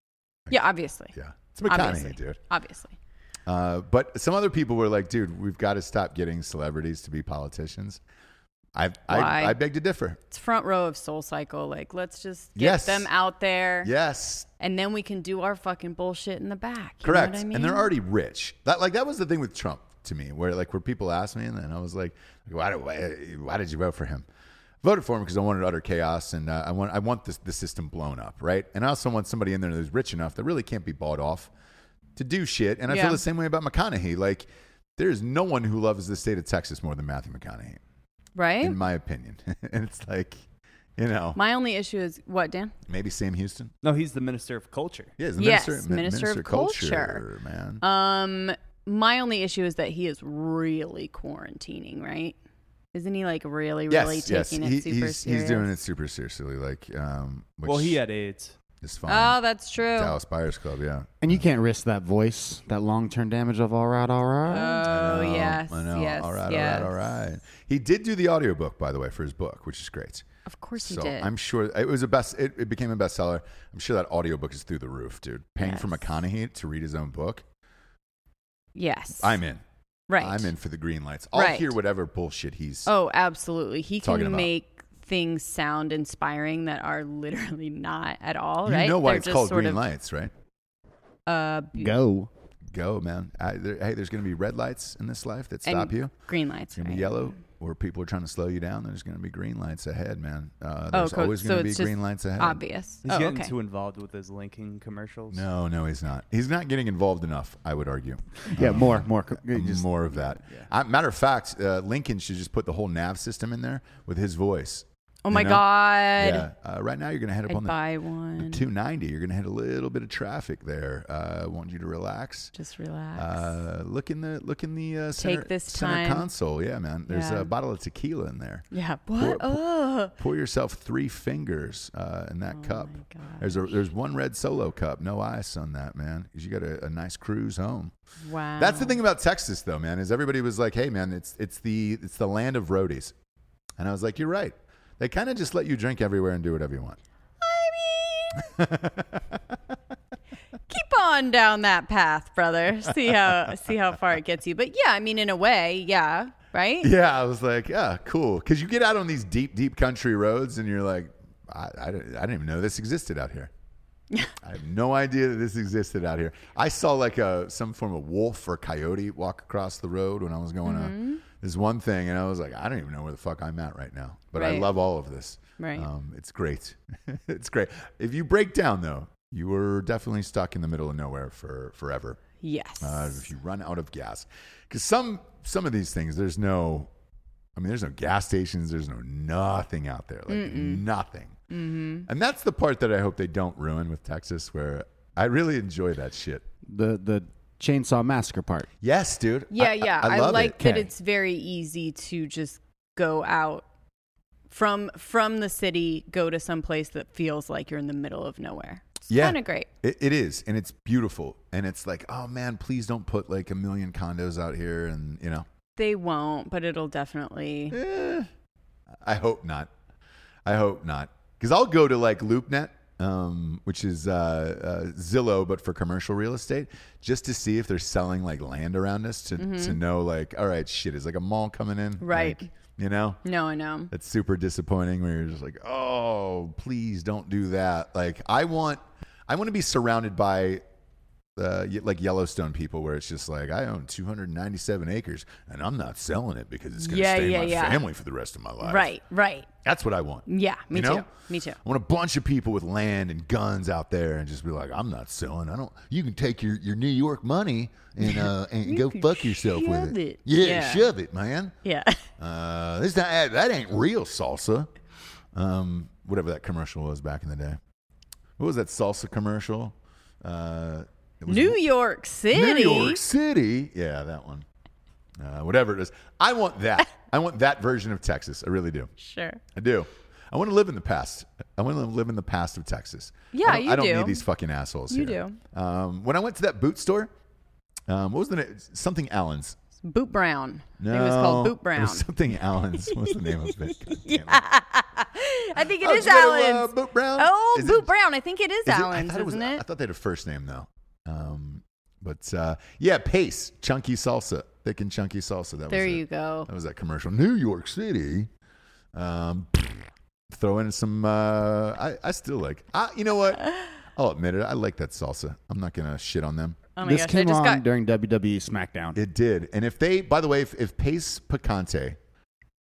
S3: Yeah, obviously.
S2: Yeah, it's McConaughey,
S3: obviously.
S2: dude.
S3: Obviously.
S2: Uh, but some other people were like, dude, we've got to stop getting celebrities to be politicians. I
S3: Why?
S2: I, I beg to differ.
S3: It's front row of Soul Cycle. Like, let's just get
S2: Yes.
S3: them out there.
S2: Yes,
S3: And then we can do our fucking bullshit in the back. You know
S2: Correct.
S3: what I
S2: And
S3: mean?
S2: they're already rich. That like that was the thing with Trump to me, where like where people asked me, and then I was like, why, do- why, why did you vote for him? Voted for him because I wanted utter chaos, and uh, I want I want this, the system blown up, right? And I also want somebody in there that's rich enough that really can't be bought off to do shit. And I
S3: Yeah.
S2: feel the same way about McConaughey. Like there is no one who loves the state of Texas more than Matthew McConaughey,
S3: Right?
S2: in my opinion. and it's like, you know,
S3: My only issue is what, Dan?
S2: maybe Sam Houston.
S4: No, he's the minister of culture.
S2: Yeah, he's the
S3: Yes,
S2: minister, min-
S3: Minister of
S2: minister culture,
S3: Culture.
S2: man.
S3: Um, my only issue is that he is really quarantining, right? Isn't he like really, really taking it
S2: He-
S3: super
S2: he's,
S3: serious?
S2: he's doing it super seriously. Like, um, which
S4: Well, he had AIDS.
S2: is fine.
S3: Oh, that's true.
S2: Dallas Buyers Club, yeah.
S5: And you can't risk that voice, that long term damage of all right, all right.
S3: Oh,
S2: I know,
S3: yes,
S2: I know.
S3: yes,
S2: all right,
S3: yes.
S2: all right, all right. He did do the audiobook, by the way, for his book, which is great.
S3: Of course he
S2: so
S3: did.
S2: I'm sure it was a best. It, it became a bestseller. I'm sure that audiobook is through the roof, dude. Paying for
S3: Yes.
S2: McConaughey to read his own book,
S3: yes,
S2: I'm in.
S3: right.
S2: I'm in for the green lights. I'll
S3: Right.
S2: hear whatever bullshit he's.
S3: Oh, absolutely. He
S2: Talking
S3: can
S2: about-
S3: make things sound inspiring that are literally not at all.
S2: you
S3: Right?
S2: know why
S3: They're
S2: it's
S3: just
S2: called
S3: sort
S2: green
S3: of,
S2: lights, right?
S3: Uh, b-
S5: Go.
S2: Go, man. I, there, hey, there's going to be red lights in this life that
S3: and
S2: stop you.
S3: Green lights.
S2: It's gonna
S3: right.
S2: be yellow, where people are trying to slow you down. There's gonna be green lights ahead, man. Uh,
S3: Oh,
S2: there's
S3: co-
S2: always
S3: so
S2: gonna
S3: it's
S2: be
S3: just
S2: green lights ahead.
S3: Obvious.
S4: He's
S3: oh,
S4: getting
S3: okay.
S4: too involved with his Lincoln commercials.
S2: No, no, he's not. He's not getting involved enough. I would argue.
S5: Yeah, more, Uh, more. Just,
S2: More of that. Uh, matter of fact, uh, Lincoln should just put the whole nav system in there with his voice.
S3: oh
S2: you
S3: my
S2: know?
S3: god.
S2: Yeah. Uh, right now, you're gonna head up
S3: I'd
S2: on the,
S3: buy
S2: the
S3: one.
S2: 290. You're gonna hit a little bit of traffic there. Uh, I want you to relax.
S3: Just relax.
S2: Uh, look in the look in the uh, center,
S3: this
S2: center
S3: time.
S2: console. Yeah, man. There's
S3: Yeah.
S2: a bottle of tequila in there.
S3: yeah. What?
S2: poor-
S3: Ugh.
S2: Pour yourself three fingers uh, in that cup. There's a there's one red solo cup, no ice on that, man. 'cause you got a, a nice cruise home.
S3: Wow.
S2: That's the thing about Texas, though, man. Is everybody was like, "Hey, man, it's it's the it's the land of roadies," and I was like, "You're right." They kind of just let you drink everywhere and do whatever you want.
S3: keep on down that path, brother. See how see how far it gets you. But yeah, I mean, in a way, yeah, right.
S2: Yeah, I was like, "Yeah, cool," because you get out on these deep, deep country roads, and you're like, I, I, didn't, I didn't even know this existed out here." I have no idea that this existed out here. I saw like a some form of wolf or coyote walk across the road when I was going
S3: Mm-hmm.
S2: on this one thing, and I was like, I don't even know where the fuck I'm at right now. But I
S3: Right.
S2: love all of this.
S3: Right.
S2: Um, it's great. it's great. If you break down though, you were definitely stuck in the middle of nowhere for forever.
S3: Yes.
S2: Uh, if you run out of gas, because some some of these things, there's no, I mean, there's no gas stations, there's no nothing out there, like nothing. Mm-hmm. And that's the part that I hope they don't ruin with Texas, where I really enjoy that shit.
S5: the the chainsaw massacre part.
S2: Yes, dude.
S3: yeah,
S2: I-
S3: yeah.
S2: I,
S3: I,
S2: love
S3: like
S2: it.
S3: that
S5: Okay.
S3: it's very easy to just go out from from the city, go to some place that feels like you're in the middle of nowhere. It's
S2: Yeah.
S3: kind of great.
S2: It, it is, and it's beautiful, and it's like, oh man, please don't put like a million condos out here, and you know,
S3: They won't, but it'll definitely.
S2: Eh, I hope not. I hope not. Because I'll go to like LoopNet, um, which is uh, uh, Zillow, but for commercial real estate, just to see if they're selling like land around us to, to know, like, all right, shit, is like a mall coming in?
S3: Mm-hmm. Right.
S2: Like, you know?
S3: No, I know.
S2: That's super disappointing where you're just like, oh, please don't do that. Like, I want. I want to be surrounded by uh, y- like Yellowstone people, where it's just like I own 297 acres and I'm not selling it because it's going to
S3: Yeah,
S2: stay in
S3: yeah,
S2: my
S3: yeah.
S2: family for the rest of my life.
S3: Right, right.
S2: That's what I want.
S3: Yeah, me
S2: You know?
S3: too. Me too.
S2: I want a bunch of people with land and guns out there and just be like, I'm not selling. I don't. You can take your, your New York money and uh, and go
S3: can
S2: fuck yourself with
S3: shove
S2: it.
S3: it.
S2: Yeah,
S3: Yeah.
S2: shove it, man.
S3: Yeah.
S2: Uh, this not, that ain't real salsa. Um, whatever that commercial was back in the day. What was that salsa commercial? Uh, it was
S3: New York City.
S2: New York City. Yeah, that one. Uh, whatever it is, I want that. I want that version of Texas. I really do.
S3: Sure.
S2: I do. I want to live in the past. I want to live in the past of Texas.
S3: Yeah,
S2: I don't,
S3: you
S2: I don't
S3: do.
S2: need these fucking assholes.
S3: You
S2: here. Um, when I went to that boot store, um, what was the name? Something Allen's.
S3: Boot Brown.
S2: No,
S3: it was called
S2: it
S3: Boot
S2: was
S3: Brown.
S2: something Allen's. What's the name of it? God damn it.
S3: I think it
S2: Oh,
S3: is
S2: did you go to, uh,
S3: Allen's.
S2: Boot Brown?
S3: Oh,
S2: Is it-
S3: Boot Brown. I think it is,
S2: Is it- I
S3: Allen's,
S2: thought it was-
S3: isn't
S2: I
S3: it?
S2: thought they had a first name though. Um, but uh, yeah, Pace, Chunky Salsa, thick and chunky salsa. That
S3: There
S2: was Oh. it.
S3: you go.
S2: That was that commercial. New York City. Um, throw in some. Uh, I I still like. I, you know what? I'll admit it. I like that salsa. I'm not gonna shit on them.
S3: Oh my
S5: this
S3: gosh, I
S5: came
S3: just
S5: on
S3: got
S5: during WWE SmackDown.
S2: It did. And if they, by the way, if, if Pace Picante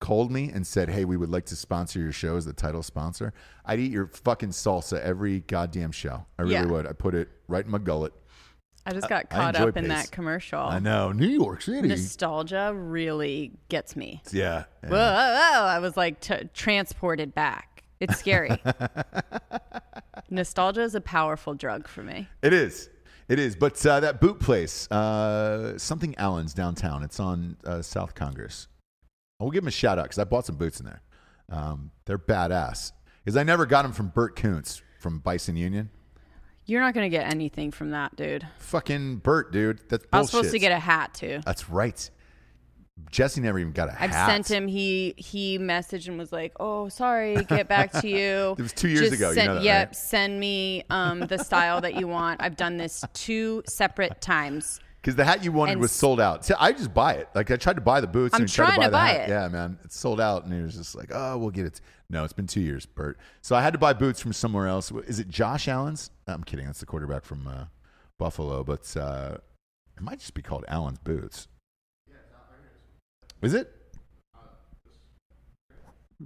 S2: called me and said, "Hey, we would like to sponsor your show as the title sponsor," I'd eat your fucking salsa every goddamn show. I really
S3: Yeah.
S2: would. I put it right in my gullet.
S3: I just got
S2: I
S3: caught
S2: enjoy
S3: up in
S2: pace.
S3: that commercial.
S2: I know New York City.
S3: Nostalgia really gets me.
S2: yeah. yeah.
S3: Whoa, whoa, whoa. I was like t- transported back. It's scary. Nostalgia is a powerful drug for me.
S2: It is. It is. But uh, that boot place, uh, something Allen's downtown. It's on uh, South Congress. I will give him a shout out because I bought some boots in there. Um, they're badass. Because I never got them from Burt Koontz from Bison Union.
S3: You're not going to get anything from that, dude.
S2: Fucking Burt, dude. That's bullshit.
S3: I was supposed to get a hat too.
S2: That's right. Jesse never even got a
S3: I've
S2: hat.
S3: sent him. He he messaged and was like, "Oh, sorry, get back to you."
S2: It was two years
S3: Just
S2: ago, you
S3: Send,
S2: know that,
S3: yep,
S2: right?
S3: send me um, the style that you want. I've done this two separate times.
S2: Because the hat you wanted
S3: And
S2: was
S3: s-
S2: sold out. So I just buy it. Like I tried to buy the boots.
S3: I'm
S2: and tried
S3: trying
S2: to
S3: to
S2: buy,
S3: buy
S2: the hat.
S3: it.
S2: Yeah, man, it's sold out, and it was just like, oh, we'll get it. No, it's been two years, Bert. So I had to buy boots from somewhere else. Is it Josh Allen's? I'm kidding. That's the quarterback from uh, Buffalo, but uh, it might just be called Allen's Boots. Is it?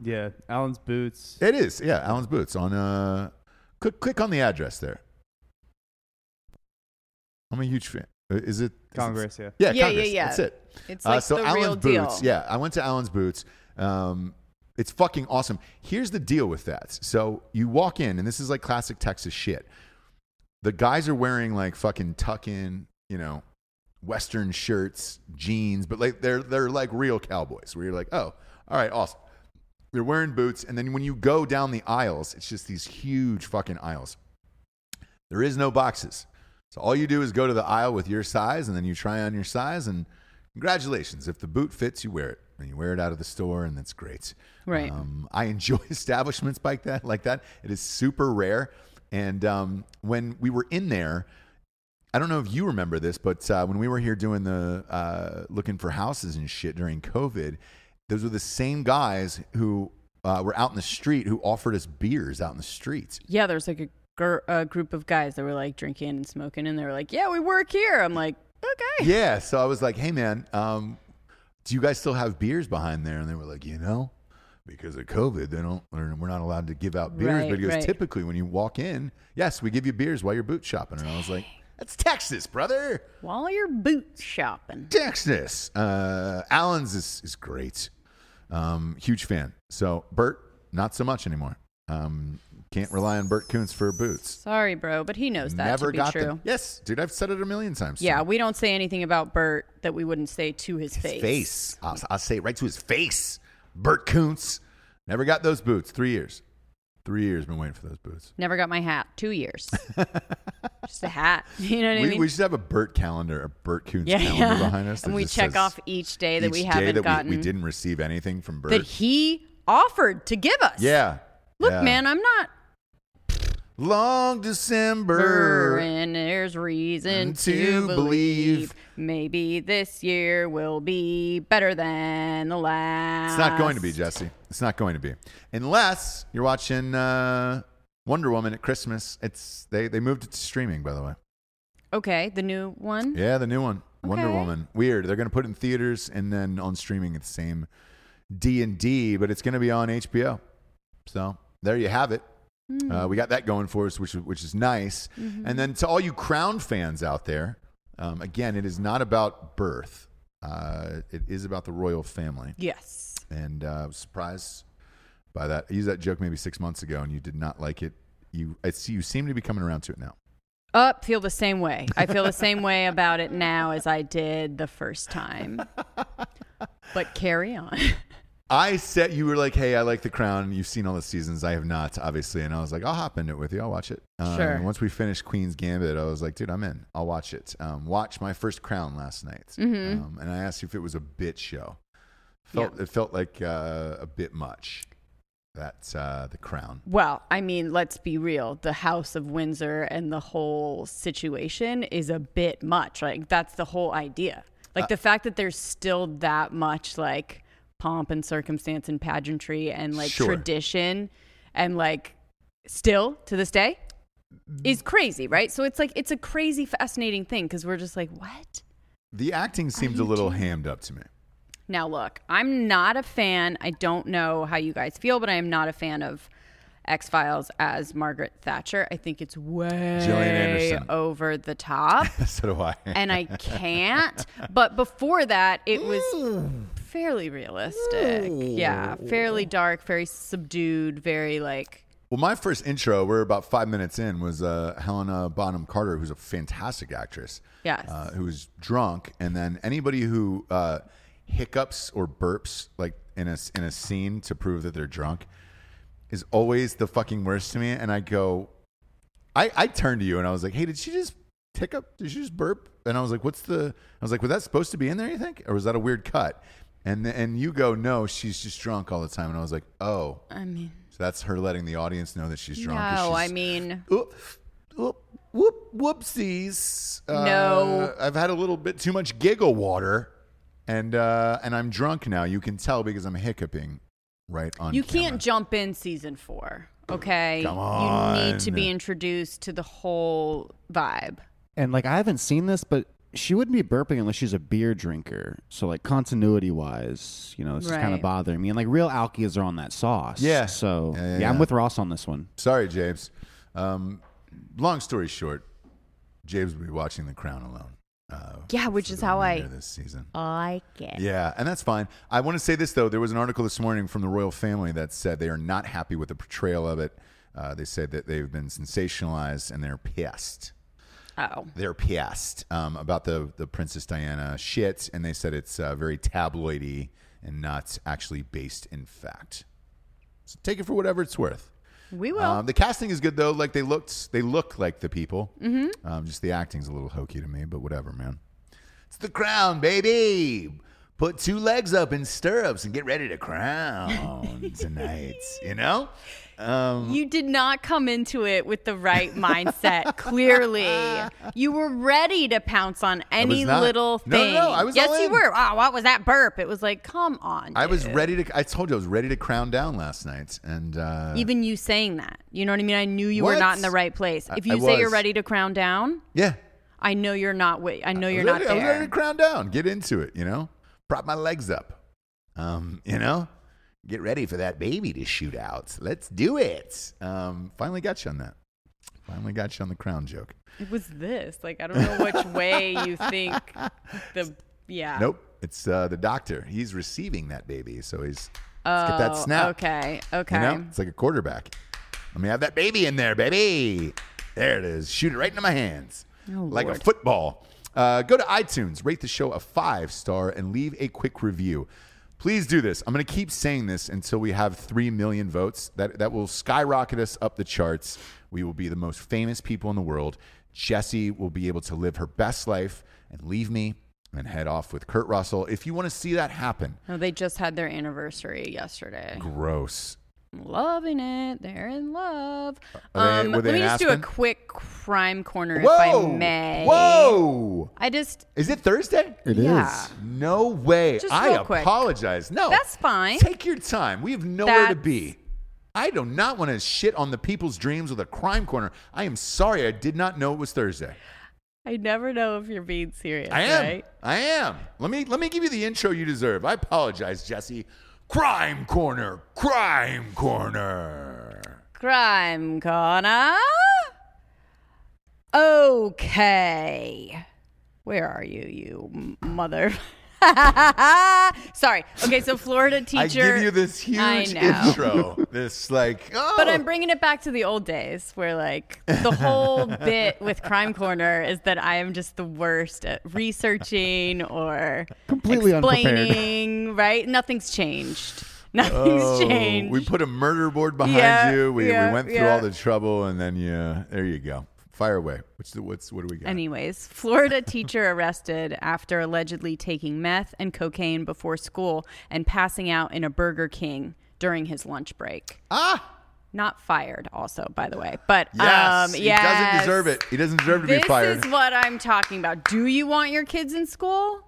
S4: Yeah, Allen's boots.
S2: It is. Yeah, Allen's Boots on. Uh, click click on the address there. I'm a huge fan. Uh, Is it is it-
S4: Congress, yeah.
S2: Yeah,
S3: Yeah, yeah,
S2: Congress.
S3: yeah.
S2: That's it. Uh,
S3: It's like the
S2: Allen's
S3: real deal.
S2: Boots. Yeah, I went to Allen's Boots. Um, it's fucking awesome. Here's the deal with that. So you walk in, and this is like classic Texas shit. The guys are wearing like fucking tuck in, you know, western shirts, jeans, but like they're they're like real cowboys. Where you're like, oh, all right, awesome. They're wearing boots, and then when you go down the aisles, it's just these huge fucking aisles. There is no boxes. So all you do is go to the aisle with your size and then you try on your size and congratulations. If the boot fits, you wear it. And you wear it out of the store and that's great.
S3: Right.
S2: Um, I enjoy establishments like that like that. It is super rare. And um, when we were in there, I don't know if you remember this, but uh, when we were here doing the uh, looking for houses and shit during COVID, those were the same guys who uh, were out in the street who offered us beers out in the streets.
S3: Yeah, there's like a, gr- a group of guys that were like drinking and smoking, and they were like, "Yeah, we work here." I'm like, "Okay."
S2: yeah. So I was like, hey, man, um, do you guys still have beers behind there? And they were like, you know, because of COVID, they don't, or we're not allowed to give out beers.
S3: Right,
S2: but he goes,
S3: right.
S2: typically when you walk in, yes, we give you beers while you're boot shopping. And I was like, that's Texas, brother.
S3: While you're boot shopping,
S2: Texas. Uh, Allen's is, is great. Um, huge fan. So Bert, not so much anymore. Um, can't rely on Bert Koontz for boots.
S3: sorry, bro, but he knows that
S2: Never
S3: to be
S2: got
S3: true.
S2: them. Yes, dude, I've said it a million times. to
S3: Yeah,
S2: him.
S3: we don't say anything about Bert that we wouldn't say to his, face.
S2: face. I'll, I'll say it right to his face. Bert Koontz. Never got those boots. Three years. Three years been waiting for those boots.
S3: Never got my hat. Two years. Just a hat. You know what
S2: we,
S3: I mean?
S2: we should have a Bert calendar, a Bert Koontz
S3: yeah,
S2: calendar
S3: yeah.
S2: behind us.
S3: and
S2: that
S3: we
S2: just
S3: check
S2: says
S3: off each day that we
S2: each
S3: haven't
S2: day that
S3: gotten
S2: We, we didn't receive anything from Bert.
S3: that he offered to give us.
S2: yeah.
S3: Look,
S2: Yeah.
S3: man, I'm not.
S2: Long December.
S3: And there's reason
S2: And to
S3: to
S2: believe.
S3: believe maybe this year will be better than the last.
S2: It's not going to be, Jesse. It's not going to be. Unless you're watching uh, Wonder Woman at Christmas. It's they, they moved it to streaming, by the way.
S3: Okay, the new one.
S2: Yeah, the new one, Wonder
S3: Okay.
S2: Woman. Weird. They're going to put it in theaters and then on streaming at the same D and D, but it's going to be on HBO. So there you have it. Uh, we got that going for us, which which is nice. And then to all you Crown fans out there, um, again, it is not about birth. Uh, it is about the royal family,
S3: Yes.
S2: and uh, I was surprised by that. I used that joke maybe six months ago, and you did not like it. You, I see, you seem to be coming around to it now.
S3: Up, feel the same way. I feel the same way about it now as I did the first time. But carry on.
S2: I said you were like, "Hey, I like The Crown. You've seen all the seasons. I have not, obviously." And I was like, "I'll hop into it with you. I'll watch it." Um,
S3: Sure.
S2: and Once we finished Queen's Gambit, I was like, "Dude, I'm in. I'll watch it." Um, watch my first Crown last night, um, and I asked you if it was a bit show. Felt it felt like uh, a bit much. That's uh, The Crown.
S3: Well, I mean, let's be real. The House of Windsor and the whole situation is a bit much. Like, that's the whole idea. Like, the fact that there's still that much, like, pomp and circumstance and pageantry and, like,
S2: Sure.
S3: tradition and, like, still to this day is crazy, right? So it's like, it's a crazy, fascinating thing because we're just like, what?
S2: The acting seemed a
S3: you
S2: little
S3: doing-
S2: hammed up to me.
S3: Now, look, I'm not a fan. I don't know how you guys feel, but I am not a fan of X Files as Margaret Thatcher. I think it's way
S2: Anderson.
S3: over the top,
S2: so do I.
S3: and I can't. But before that, it was
S2: Mm.
S3: fairly realistic. Yeah, fairly dark, very subdued, very like.
S2: Well, my first intro, we're about five minutes in, was uh, Helena Bonham Carter, who's a fantastic actress.
S3: Yes.
S2: Uh, who was drunk, and then anybody who uh, hiccups or burps like in a in a scene to prove that they're drunk is always the fucking worst to me. And I go, I I turned to you and I was like, Hey, did she just hiccup? Did she just burp? And I was like, What's the? I was like, Was that supposed to be in there? You think, or was that a weird cut? And th- and you go, No, she's just drunk all the time. And I was like, Oh.
S3: I mean,
S2: So that's her letting the audience know that she's drunk. 'cause
S3: no, I
S2: she's-
S3: mean,
S2: Oop, oop, whoop, whoopsies. Uh,
S3: No.
S2: I've had a little bit too much giggle water, and uh, and I'm drunk now. You can tell because I'm hiccuping right on.
S3: you
S2: camera.
S3: can't jump in season four. Okay,
S2: Come
S3: you need to
S2: on.
S3: be introduced to the whole vibe.
S5: And like I haven't seen this, but she wouldn't be burping unless she's a beer drinker. So like continuity wise, you know, this is kind
S3: Right.
S5: of bothering me. And like real alkies are on that sauce.
S2: Yeah.
S5: So
S2: Yeah, yeah,
S5: yeah,
S2: yeah.
S5: I'm with Ross on this one.
S2: Sorry, James. Um, long story short, James will be watching The Crown alone. Uh,
S3: Yeah, which
S2: for
S3: is
S2: the
S3: how I-
S2: remainder of this season.
S3: I get.
S2: Yeah, and that's fine. I want to say this though. There was an article this morning from the royal family that said they are not happy with the portrayal of it. Uh, they said that they've been sensationalized and they're pissed.
S3: Oh,
S2: They're pissed um, about the the Princess Diana shit, and they said it's uh, very tabloidy and not actually based in fact. So take it for whatever it's worth.
S3: we will.
S2: Um, the casting is good though. Like they looked, they look like the people. Mm-hmm. Um, just the acting's a little hokey to me, but whatever, man. It's the crown, baby. Put two legs up in stirrups and get ready to crown tonight. You know,
S3: you did not come into it with the right mindset. Clearly, you were ready to pounce on any
S2: not.
S3: little
S2: No, no,
S3: thing.
S2: no, I was
S3: yes,
S2: all
S3: you
S2: in.
S3: were. Wow, what was that burp? It was like, come on.
S2: I was
S3: dude.
S2: ready to. I told you I was ready to crown down last night, and uh,
S3: Even you saying that, you know what I mean? I knew you were
S2: What?
S3: not in the right place.
S2: I-
S3: If you
S2: I
S3: say you're
S2: was.
S3: ready to crown down,
S2: yeah,
S3: I know you're not. Wait, I know
S2: I
S3: you're
S2: was
S3: not
S2: ready- I was ready
S3: there.
S2: to crown down. Get into it. You know, prop my legs up. Um, you know, get ready for that baby to shoot out. Let's do it. Um, finally got you on that. Finally got you on the crown joke.
S3: It was this. Like I don't know which way you think the. Yeah.
S2: Nope. It's uh, the doctor. He's receiving that baby, so he's let's get that
S3: Oh,
S2: snap.
S3: Okay. Okay.
S2: You know, it's like a quarterback. Let me have that baby in there, baby. There it is. Shoot it right into my hands,
S3: Oh,
S2: like a football. Uh, go to iTunes, rate the show a five star, and leave a quick review. Please do this. I'm going to keep saying this until we have three million votes. That that will skyrocket us up the charts. We will be the most famous people in the world. Jessie will be able to live her best life and leave me and head off with Kurt Russell. If you want to see that happen,
S3: No, Oh, they just had their anniversary yesterday.
S2: gross.
S3: Loving it. They're in love.
S2: Are they-
S3: Um,
S2: were they
S3: let me
S2: in
S3: just do a
S2: Aspen?
S3: quick crime corner
S2: Whoa!
S3: if I may.
S2: Whoa!
S3: I just
S2: Is it Thursday?
S5: It is.
S3: yeah.
S2: No way.
S3: Just
S2: I
S3: real quick.
S2: apologize. No.
S3: That's fine.
S2: Take your time. We have nowhere to
S3: That's-
S2: be. I do not want to shit on the people's dreams with a crime corner. I am sorry I did not know it was Thursday.
S3: I never know if you're being serious.
S2: I am.
S3: Right?
S2: I am. Let me let me give you the intro you deserve. I apologize, Jesse. Crime corner. Crime corner.
S3: Crime corner. Okay. Where are you, you m- mother? Sorry. Okay, so Florida teacher.
S2: I give you this
S3: I
S2: huge
S3: know.
S2: intro. this like oh
S3: But I'm bringing it back to the old days where, like, the whole bit with Crime Corner is that I am just the worst at researching or
S5: Completely unprepared.
S3: explaining, right? Nothing's changed. Nothing's
S2: Oh,
S3: changed.
S2: We put a murder board behind
S3: Yeah,
S2: you. We,
S3: yeah,
S2: we went through
S3: yeah.
S2: all the trouble, and then yeah, there you go. Fire away. What's the, what's what do we got?
S3: Anyways, Florida teacher arrested after allegedly taking meth and cocaine before school and passing out in a Burger King during his lunch break. Ah! Not fired, also, by the way. But
S2: yes,
S3: um,
S2: he
S3: yes.
S2: doesn't deserve it. He doesn't deserve to
S3: This
S2: be fired.
S3: is what I'm talking about. Do you want your kids in school?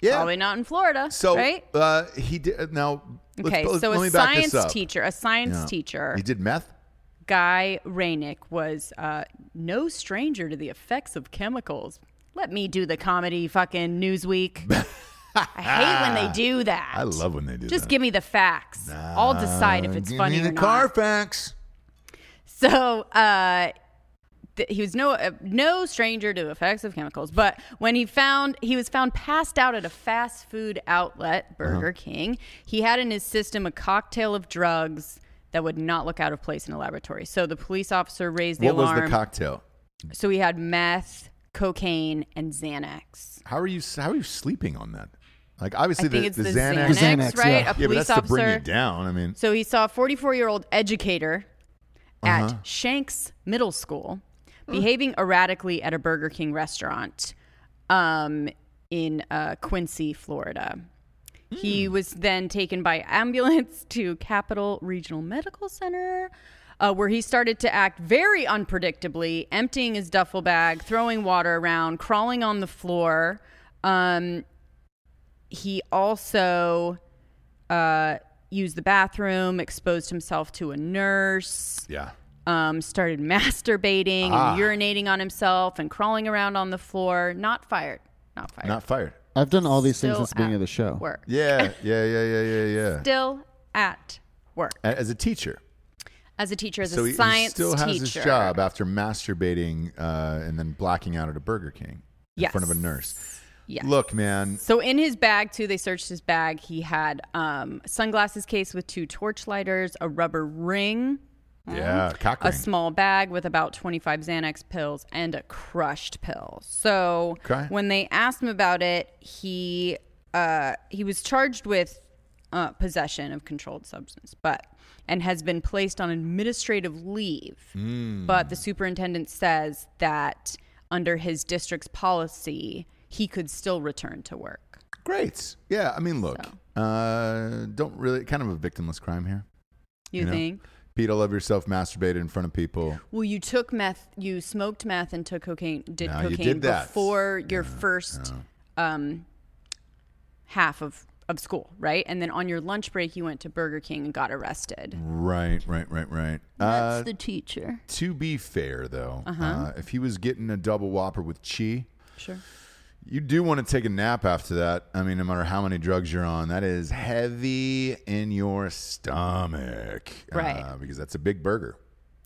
S2: yeah.
S3: Probably not in Florida,
S2: So
S3: right?
S2: uh, he did now. let's-
S3: Okay,
S2: let's-
S3: so
S2: let
S3: a
S2: me back this
S3: science
S2: up.
S3: teacher, a science
S2: Yeah.
S3: teacher,
S2: He did meth.
S3: Guy Rainick, was uh, no stranger to the effects of chemicals. Let me do the comedy fucking Newsweek. I hate when they do that.
S2: I love when they do
S3: Just
S2: that. Uh,
S3: give me the facts. I'll decide if it's
S2: Give
S3: funny
S2: me the
S3: or not.
S2: Carfax.
S3: So uh, th- he was no uh, no stranger to effects of chemicals, but when he found he was found passed out at a fast food outlet,
S2: Uh-huh.
S3: Burger King, he had in his system a cocktail of drugs that would not look out of place in a laboratory. So the police officer raised the
S2: What was
S3: alarm.
S2: the cocktail?
S3: so he had meth, cocaine, and Xanax.
S2: How are you? How are you sleeping on that? Like obviously
S3: I think
S2: the,
S3: it's the,
S2: Xanax.
S3: Xanax,
S5: Xanax,
S3: right?
S5: yeah.
S3: A police
S2: yeah, but that's
S3: officer.
S2: to bring you down. I mean,
S3: So he saw a 44 year old educator at Shanks Middle School behaving erratically at a Burger King restaurant um, in uh, Quincy, Florida. He was then taken by ambulance to Capital Regional Medical Center, uh, where he started to act very unpredictably, emptying his duffel bag, throwing water around, crawling on the floor. Um, he also uh, used the bathroom, exposed himself to a nurse,
S2: yeah.
S3: um, started masturbating
S2: Ah.
S3: and urinating on himself and crawling around on the floor. Not fired. Not fired.
S2: Not fired.
S5: I've done all these things
S3: Still
S5: since the beginning
S3: at
S5: of the show.
S3: Work.
S2: Yeah, yeah, yeah, yeah, yeah, yeah.
S3: Still at work
S2: A- As a teacher,
S3: as a teacher, as
S2: so
S3: a
S2: he, he
S3: science
S2: still has
S3: teacher.
S2: his job after masturbating uh, and then blacking out at a Burger King in
S3: Yes.
S2: front of a nurse.
S3: Yes.
S2: Look, man,
S3: So in his bag too, they searched his bag. He had um, sunglasses case with two torch lighters, a rubber ring,
S2: yeah, cock
S3: a
S2: ring.
S3: small bag with about 25 Xanax pills and a crushed pill. So
S2: Okay.
S3: when they asked him about it, he uh, he was charged with uh, possession of controlled substance, but and has been placed on administrative leave.
S2: Hmm.
S3: But the superintendent says that under his district's policy, he could still return to work.
S2: Great. Yeah, I mean, look, uh, don't really kind of a victimless crime here.
S3: You,
S2: know?
S3: think?
S2: Pete, all of yourself masturbated in front of people.
S3: Well, you took meth, you smoked meth and took cocaine, did
S2: No, you
S3: cocaine
S2: did that.
S3: before your first um, half of, of school, right? And then on your lunch break, you went to Burger King and got arrested.
S2: Mm. Right, right, right, right. Uh,
S3: That's the teacher. Uh-huh.
S2: to be fair, though, uh, if he was getting a double whopper with chi,
S3: Sure.
S2: You do want to take a nap after that. I mean, no matter how many drugs you're on, that is heavy in your stomach.
S3: Right.
S2: Uh, because that's a big burger.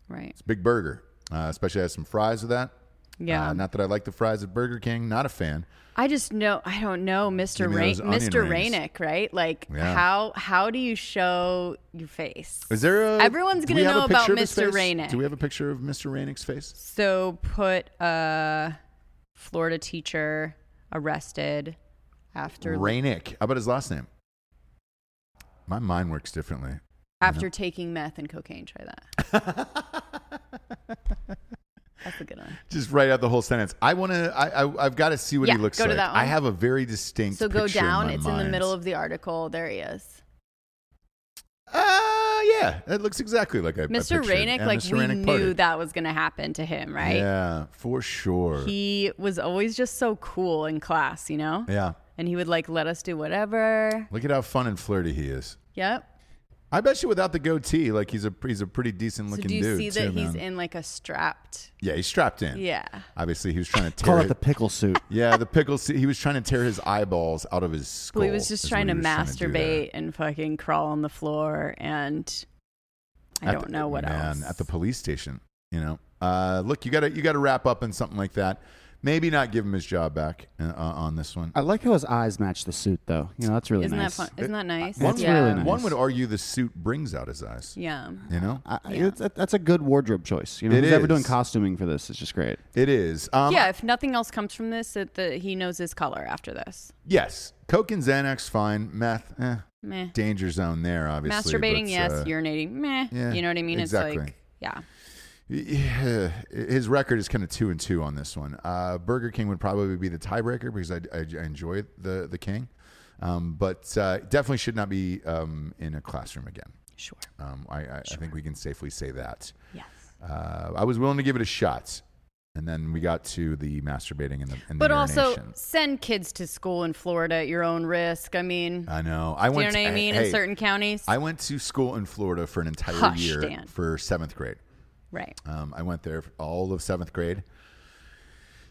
S3: Right.
S2: It's a big burger, uh, especially has some fries with that.
S3: Yeah.
S2: Uh, not that I like the fries at Burger King. Not a fan.
S3: I just know I don't know Mr.
S2: Give me
S3: Rain,
S2: those onion
S3: Mr.
S2: rings.
S3: Rainick, right? Like
S2: Yeah.
S3: how how do you show your face?
S2: Is there a.
S3: Everyone's
S2: do
S3: gonna
S2: we have
S3: know
S2: a picture
S3: about
S2: of his
S3: Mr.
S2: face?
S3: Rainick.
S2: Do we have a picture of Mr. Rainick's face?
S3: So put a Florida teacher arrested after
S2: Rainick. How about his last name? My mind works differently.
S3: after taking meth and cocaine. Try that. That's a good one.
S2: Just write out the whole sentence. I want to. I, I, I've got to see what
S3: Yeah,
S2: he looks
S3: go to
S2: like.
S3: that one.
S2: I have a very distinct.
S3: So go
S2: picture
S3: down.
S2: my
S3: It's in the
S2: mind.
S3: middle of the article. There he is.
S2: Uh, yeah, that looks exactly like I. I
S3: Mr.
S2: pictured.
S3: Rainick,
S2: And
S3: like
S2: Mr.
S3: we
S2: Rainick
S3: knew
S2: parted.
S3: that was going to happen to him, right?
S2: Yeah, for sure.
S3: He was always just so cool in class, you know?
S2: yeah,
S3: And he would like let us do whatever.
S2: look at how fun and flirty he is.
S3: Yep.
S2: I bet you without the goatee, like he's a he's a pretty decent
S3: So
S2: looking
S3: do you
S2: dude.
S3: see
S2: too,
S3: that he's
S2: man.
S3: in like a strapped?
S2: Yeah, he's strapped in.
S3: Yeah.
S2: Obviously, he was trying to tear.
S5: Call it
S2: his-
S5: the pickle suit.
S2: yeah, the pickle. He was trying to tear his eyeballs out of his skull.
S3: Well, he was just
S2: is
S3: trying
S2: what he
S3: to
S2: was trying do there.
S3: masturbate and fucking crawl on the floor and I
S2: At
S3: don't
S2: the-
S3: know what
S2: man,
S3: else.
S2: at the police station. You know, uh, look, you gotta you gotta wrap up in something like that. Maybe not give him his job back uh, uh, on this one.
S5: I like how his eyes match the suit, though. You know, that's really
S3: Isn't
S5: nice.
S3: that fun? Isn't that nice?
S5: That's
S3: yeah.
S5: really nice.
S2: One would argue the suit brings out his eyes.
S3: Yeah.
S2: You know,
S5: I, I- it's, that's a good wardrobe choice. You know,
S2: It
S5: who's ever doing
S2: is.
S5: costuming for this is just great.
S2: it is. Um,
S3: yeah. If nothing else comes from this, that the, he knows his color after this.
S2: Yes. Coke and Xanax, fine. Meth, eh,
S3: Meh.
S2: danger zone there, obviously.
S3: Masturbating,
S2: but,
S3: yes.
S2: uh,
S3: Urinating, meh.
S2: yeah,
S3: you know what I mean?
S2: exactly.
S3: It's like, yeah.
S2: Yeah, his record is kind of two and two on this one. Uh, Burger King would probably be the tiebreaker because I, I, I enjoy the the King, um, but uh, definitely should not be um, in a classroom again.
S3: Sure.
S2: Um, I, I, I think we can safely say that.
S3: Yes.
S2: Uh, I was willing to give it a shot, and then we got to the masturbating and the, and
S3: But
S2: the
S3: also,
S2: urination.
S3: send kids to school in Florida at your own risk. I mean,
S2: I know. I
S3: do you
S2: went.
S3: know what I
S2: hey,
S3: mean?
S2: Uh, hey,
S3: in certain counties.
S2: I went to school in Florida for an entire
S3: Hush,
S2: year
S3: Dan.
S2: for seventh grade.
S3: right.
S2: Um, I went there for all of seventh grade.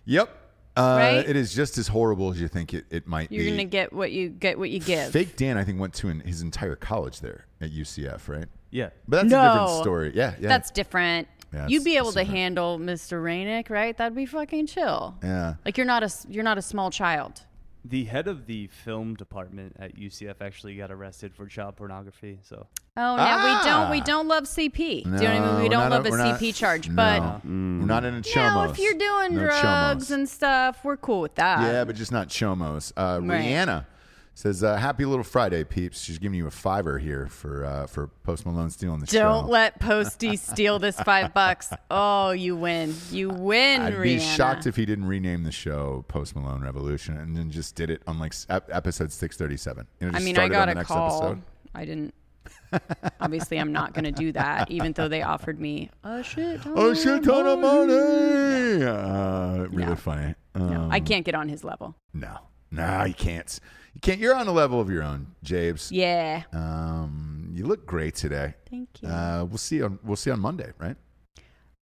S2: Yep. Uh,
S3: Right?
S2: It is just as horrible as you think it, it might
S3: You're
S2: be.
S3: going to get what you get what you give.
S2: Fake Dan, I think, went to an, his entire college there at UCF, right?
S4: Yeah.
S2: But that's a different
S3: No.
S2: story. Yeah, yeah.
S3: That's different.
S2: Yeah, it's-
S3: You'd be able
S2: it's
S3: to
S2: different.
S3: handle Mr. Rainick, right? That'd be fucking chill.
S2: yeah.
S3: Like you're not a s- you're not a small child.
S4: The head of the film department at UCF actually got arrested for child pornography. So
S3: Oh, now
S2: Ah.
S3: we don't we don't love CP. Do you know what I mean? We
S2: No,
S3: don't
S2: not
S3: love a
S2: we're not-
S3: CP charge,
S2: no.
S3: but
S2: we're not in a chomos.
S3: now if you're doing
S2: No
S3: drugs
S2: chomos.
S3: and stuff, we're cool with that.
S2: yeah, but just not chomos. Uh,
S3: Um, Right.
S2: Rihanna says, uh, "Happy little Friday, peeps." She's giving you a fiver here for uh, for Post Malone stealing the show.
S3: don't let Posty steal this five bucks. Oh, you win. You win,
S2: I'd
S3: Rihanna.
S2: be shocked if he didn't rename the show Post Malone Revolution and then just did it on like s- ep- episode 637. You know,
S3: I
S2: just
S3: mean, I
S2: started on
S3: got
S2: the
S3: a
S2: next
S3: call.
S2: episode.
S3: I didn't. Obviously, I'm not going to do that, even though they offered me uh, a shit ton
S2: Oh,
S3: of
S2: shit ton of
S3: money.
S2: money. Uh, really
S3: No.
S2: funny.
S3: No,
S2: Um,
S3: I can't get on his level.
S2: no, no, you can't. You can't. You're on a level of your own, Jabes.
S3: Yeah.
S2: Um, you look great today.
S3: Thank you. Uh,
S2: Uh, we'll see on we'll see on Monday, right?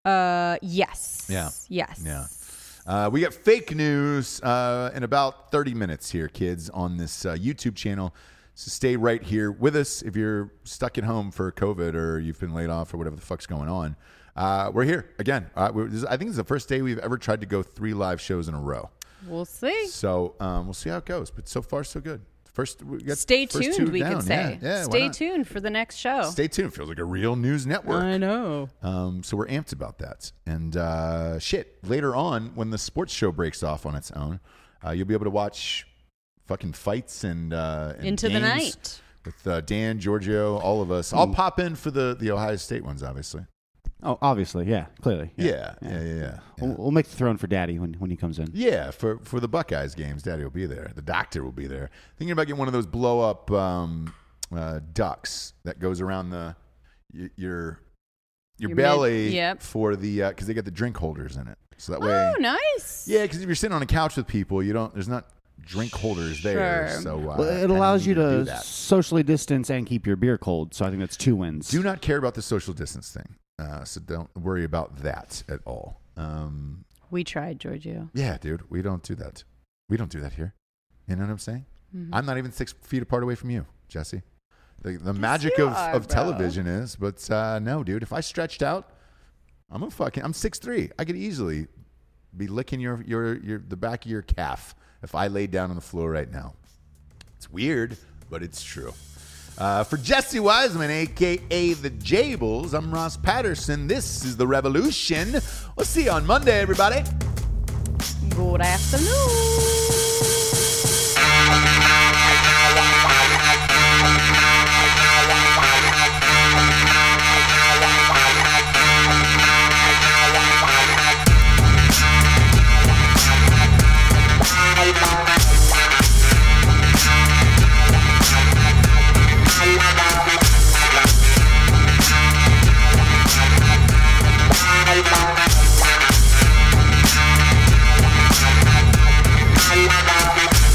S3: Uh, yes.
S2: Yeah.
S3: Yes.
S2: Yeah. Uh, we got fake news uh, in about 30 minutes here, kids, on this uh, YouTube channel. So stay right here with us if you're stuck at home for COVID or you've been laid off or whatever the fuck's going on. Uh, we're here again. Uh, we're, this, is- I think it's the first day we've ever tried to go three live shows in a row.
S3: We'll see.
S2: So um, we'll see how it goes. But so far, so good. First, we got
S3: Stay
S2: first
S3: tuned,
S2: two
S3: we
S2: down.
S3: could say.
S2: Yeah, yeah, why
S3: Stay
S2: not?
S3: tuned for the next show.
S2: Stay tuned. Feels like a real news network.
S3: know.
S2: Um, so we're amped about that. And uh, shit, later on, when the sports show breaks off on its own, uh, you'll be able to watch fucking fights and, uh, and
S3: Into the
S2: games
S3: night.
S2: with uh, Dan, Giorgio, all of us. I'll pop in for the the Ohio State ones, obviously.
S5: Oh, obviously, yeah, clearly.
S2: Yeah, yeah, yeah, yeah. Yeah,
S5: We'll, we'll make the throne for Daddy when, when he comes in.
S2: Yeah, for for the Buckeyes games, Daddy will be there. The doctor will be there. Thinking about getting one of those blow up um, uh, ducks that goes around the y- your your,
S3: Your mid-
S2: belly
S3: yep.
S2: for the because they got the drink holders in it. So that way,
S3: Oh, nice.
S2: Yeah, because if you're sitting on a couch with people, you don't. There's not drink holders there,
S3: Sure.
S2: so uh,
S5: Well, it
S2: kinda
S5: allows
S2: need
S5: you
S2: do
S5: to
S2: that.
S5: socially distance and keep your beer cold. So I think that's two wins.
S2: Do not care about the social distance thing, uh, so don't worry about that at all. Um,
S3: We tried, Giorgio.
S2: yeah, dude, we don't do that. We don't do that here. You know what I'm saying?
S3: Mm-hmm.
S2: I'm not even six feet apart away from you, Jesse. The, the magic
S3: you
S2: of,
S3: are,
S2: of
S3: bro.
S2: television is, but uh, no, dude. If I stretched out, I'm a fucking. I'm six three. I could easily be licking your, your your the back of your calf if I laid down on the floor right now. It's weird, but it's true. Uh, for Jesse Wiseman, aka the Jables, I'm Ross Patterson. This is the Revolution. We'll see you on Monday, everybody.
S3: Good afternoon.
S6: Bye.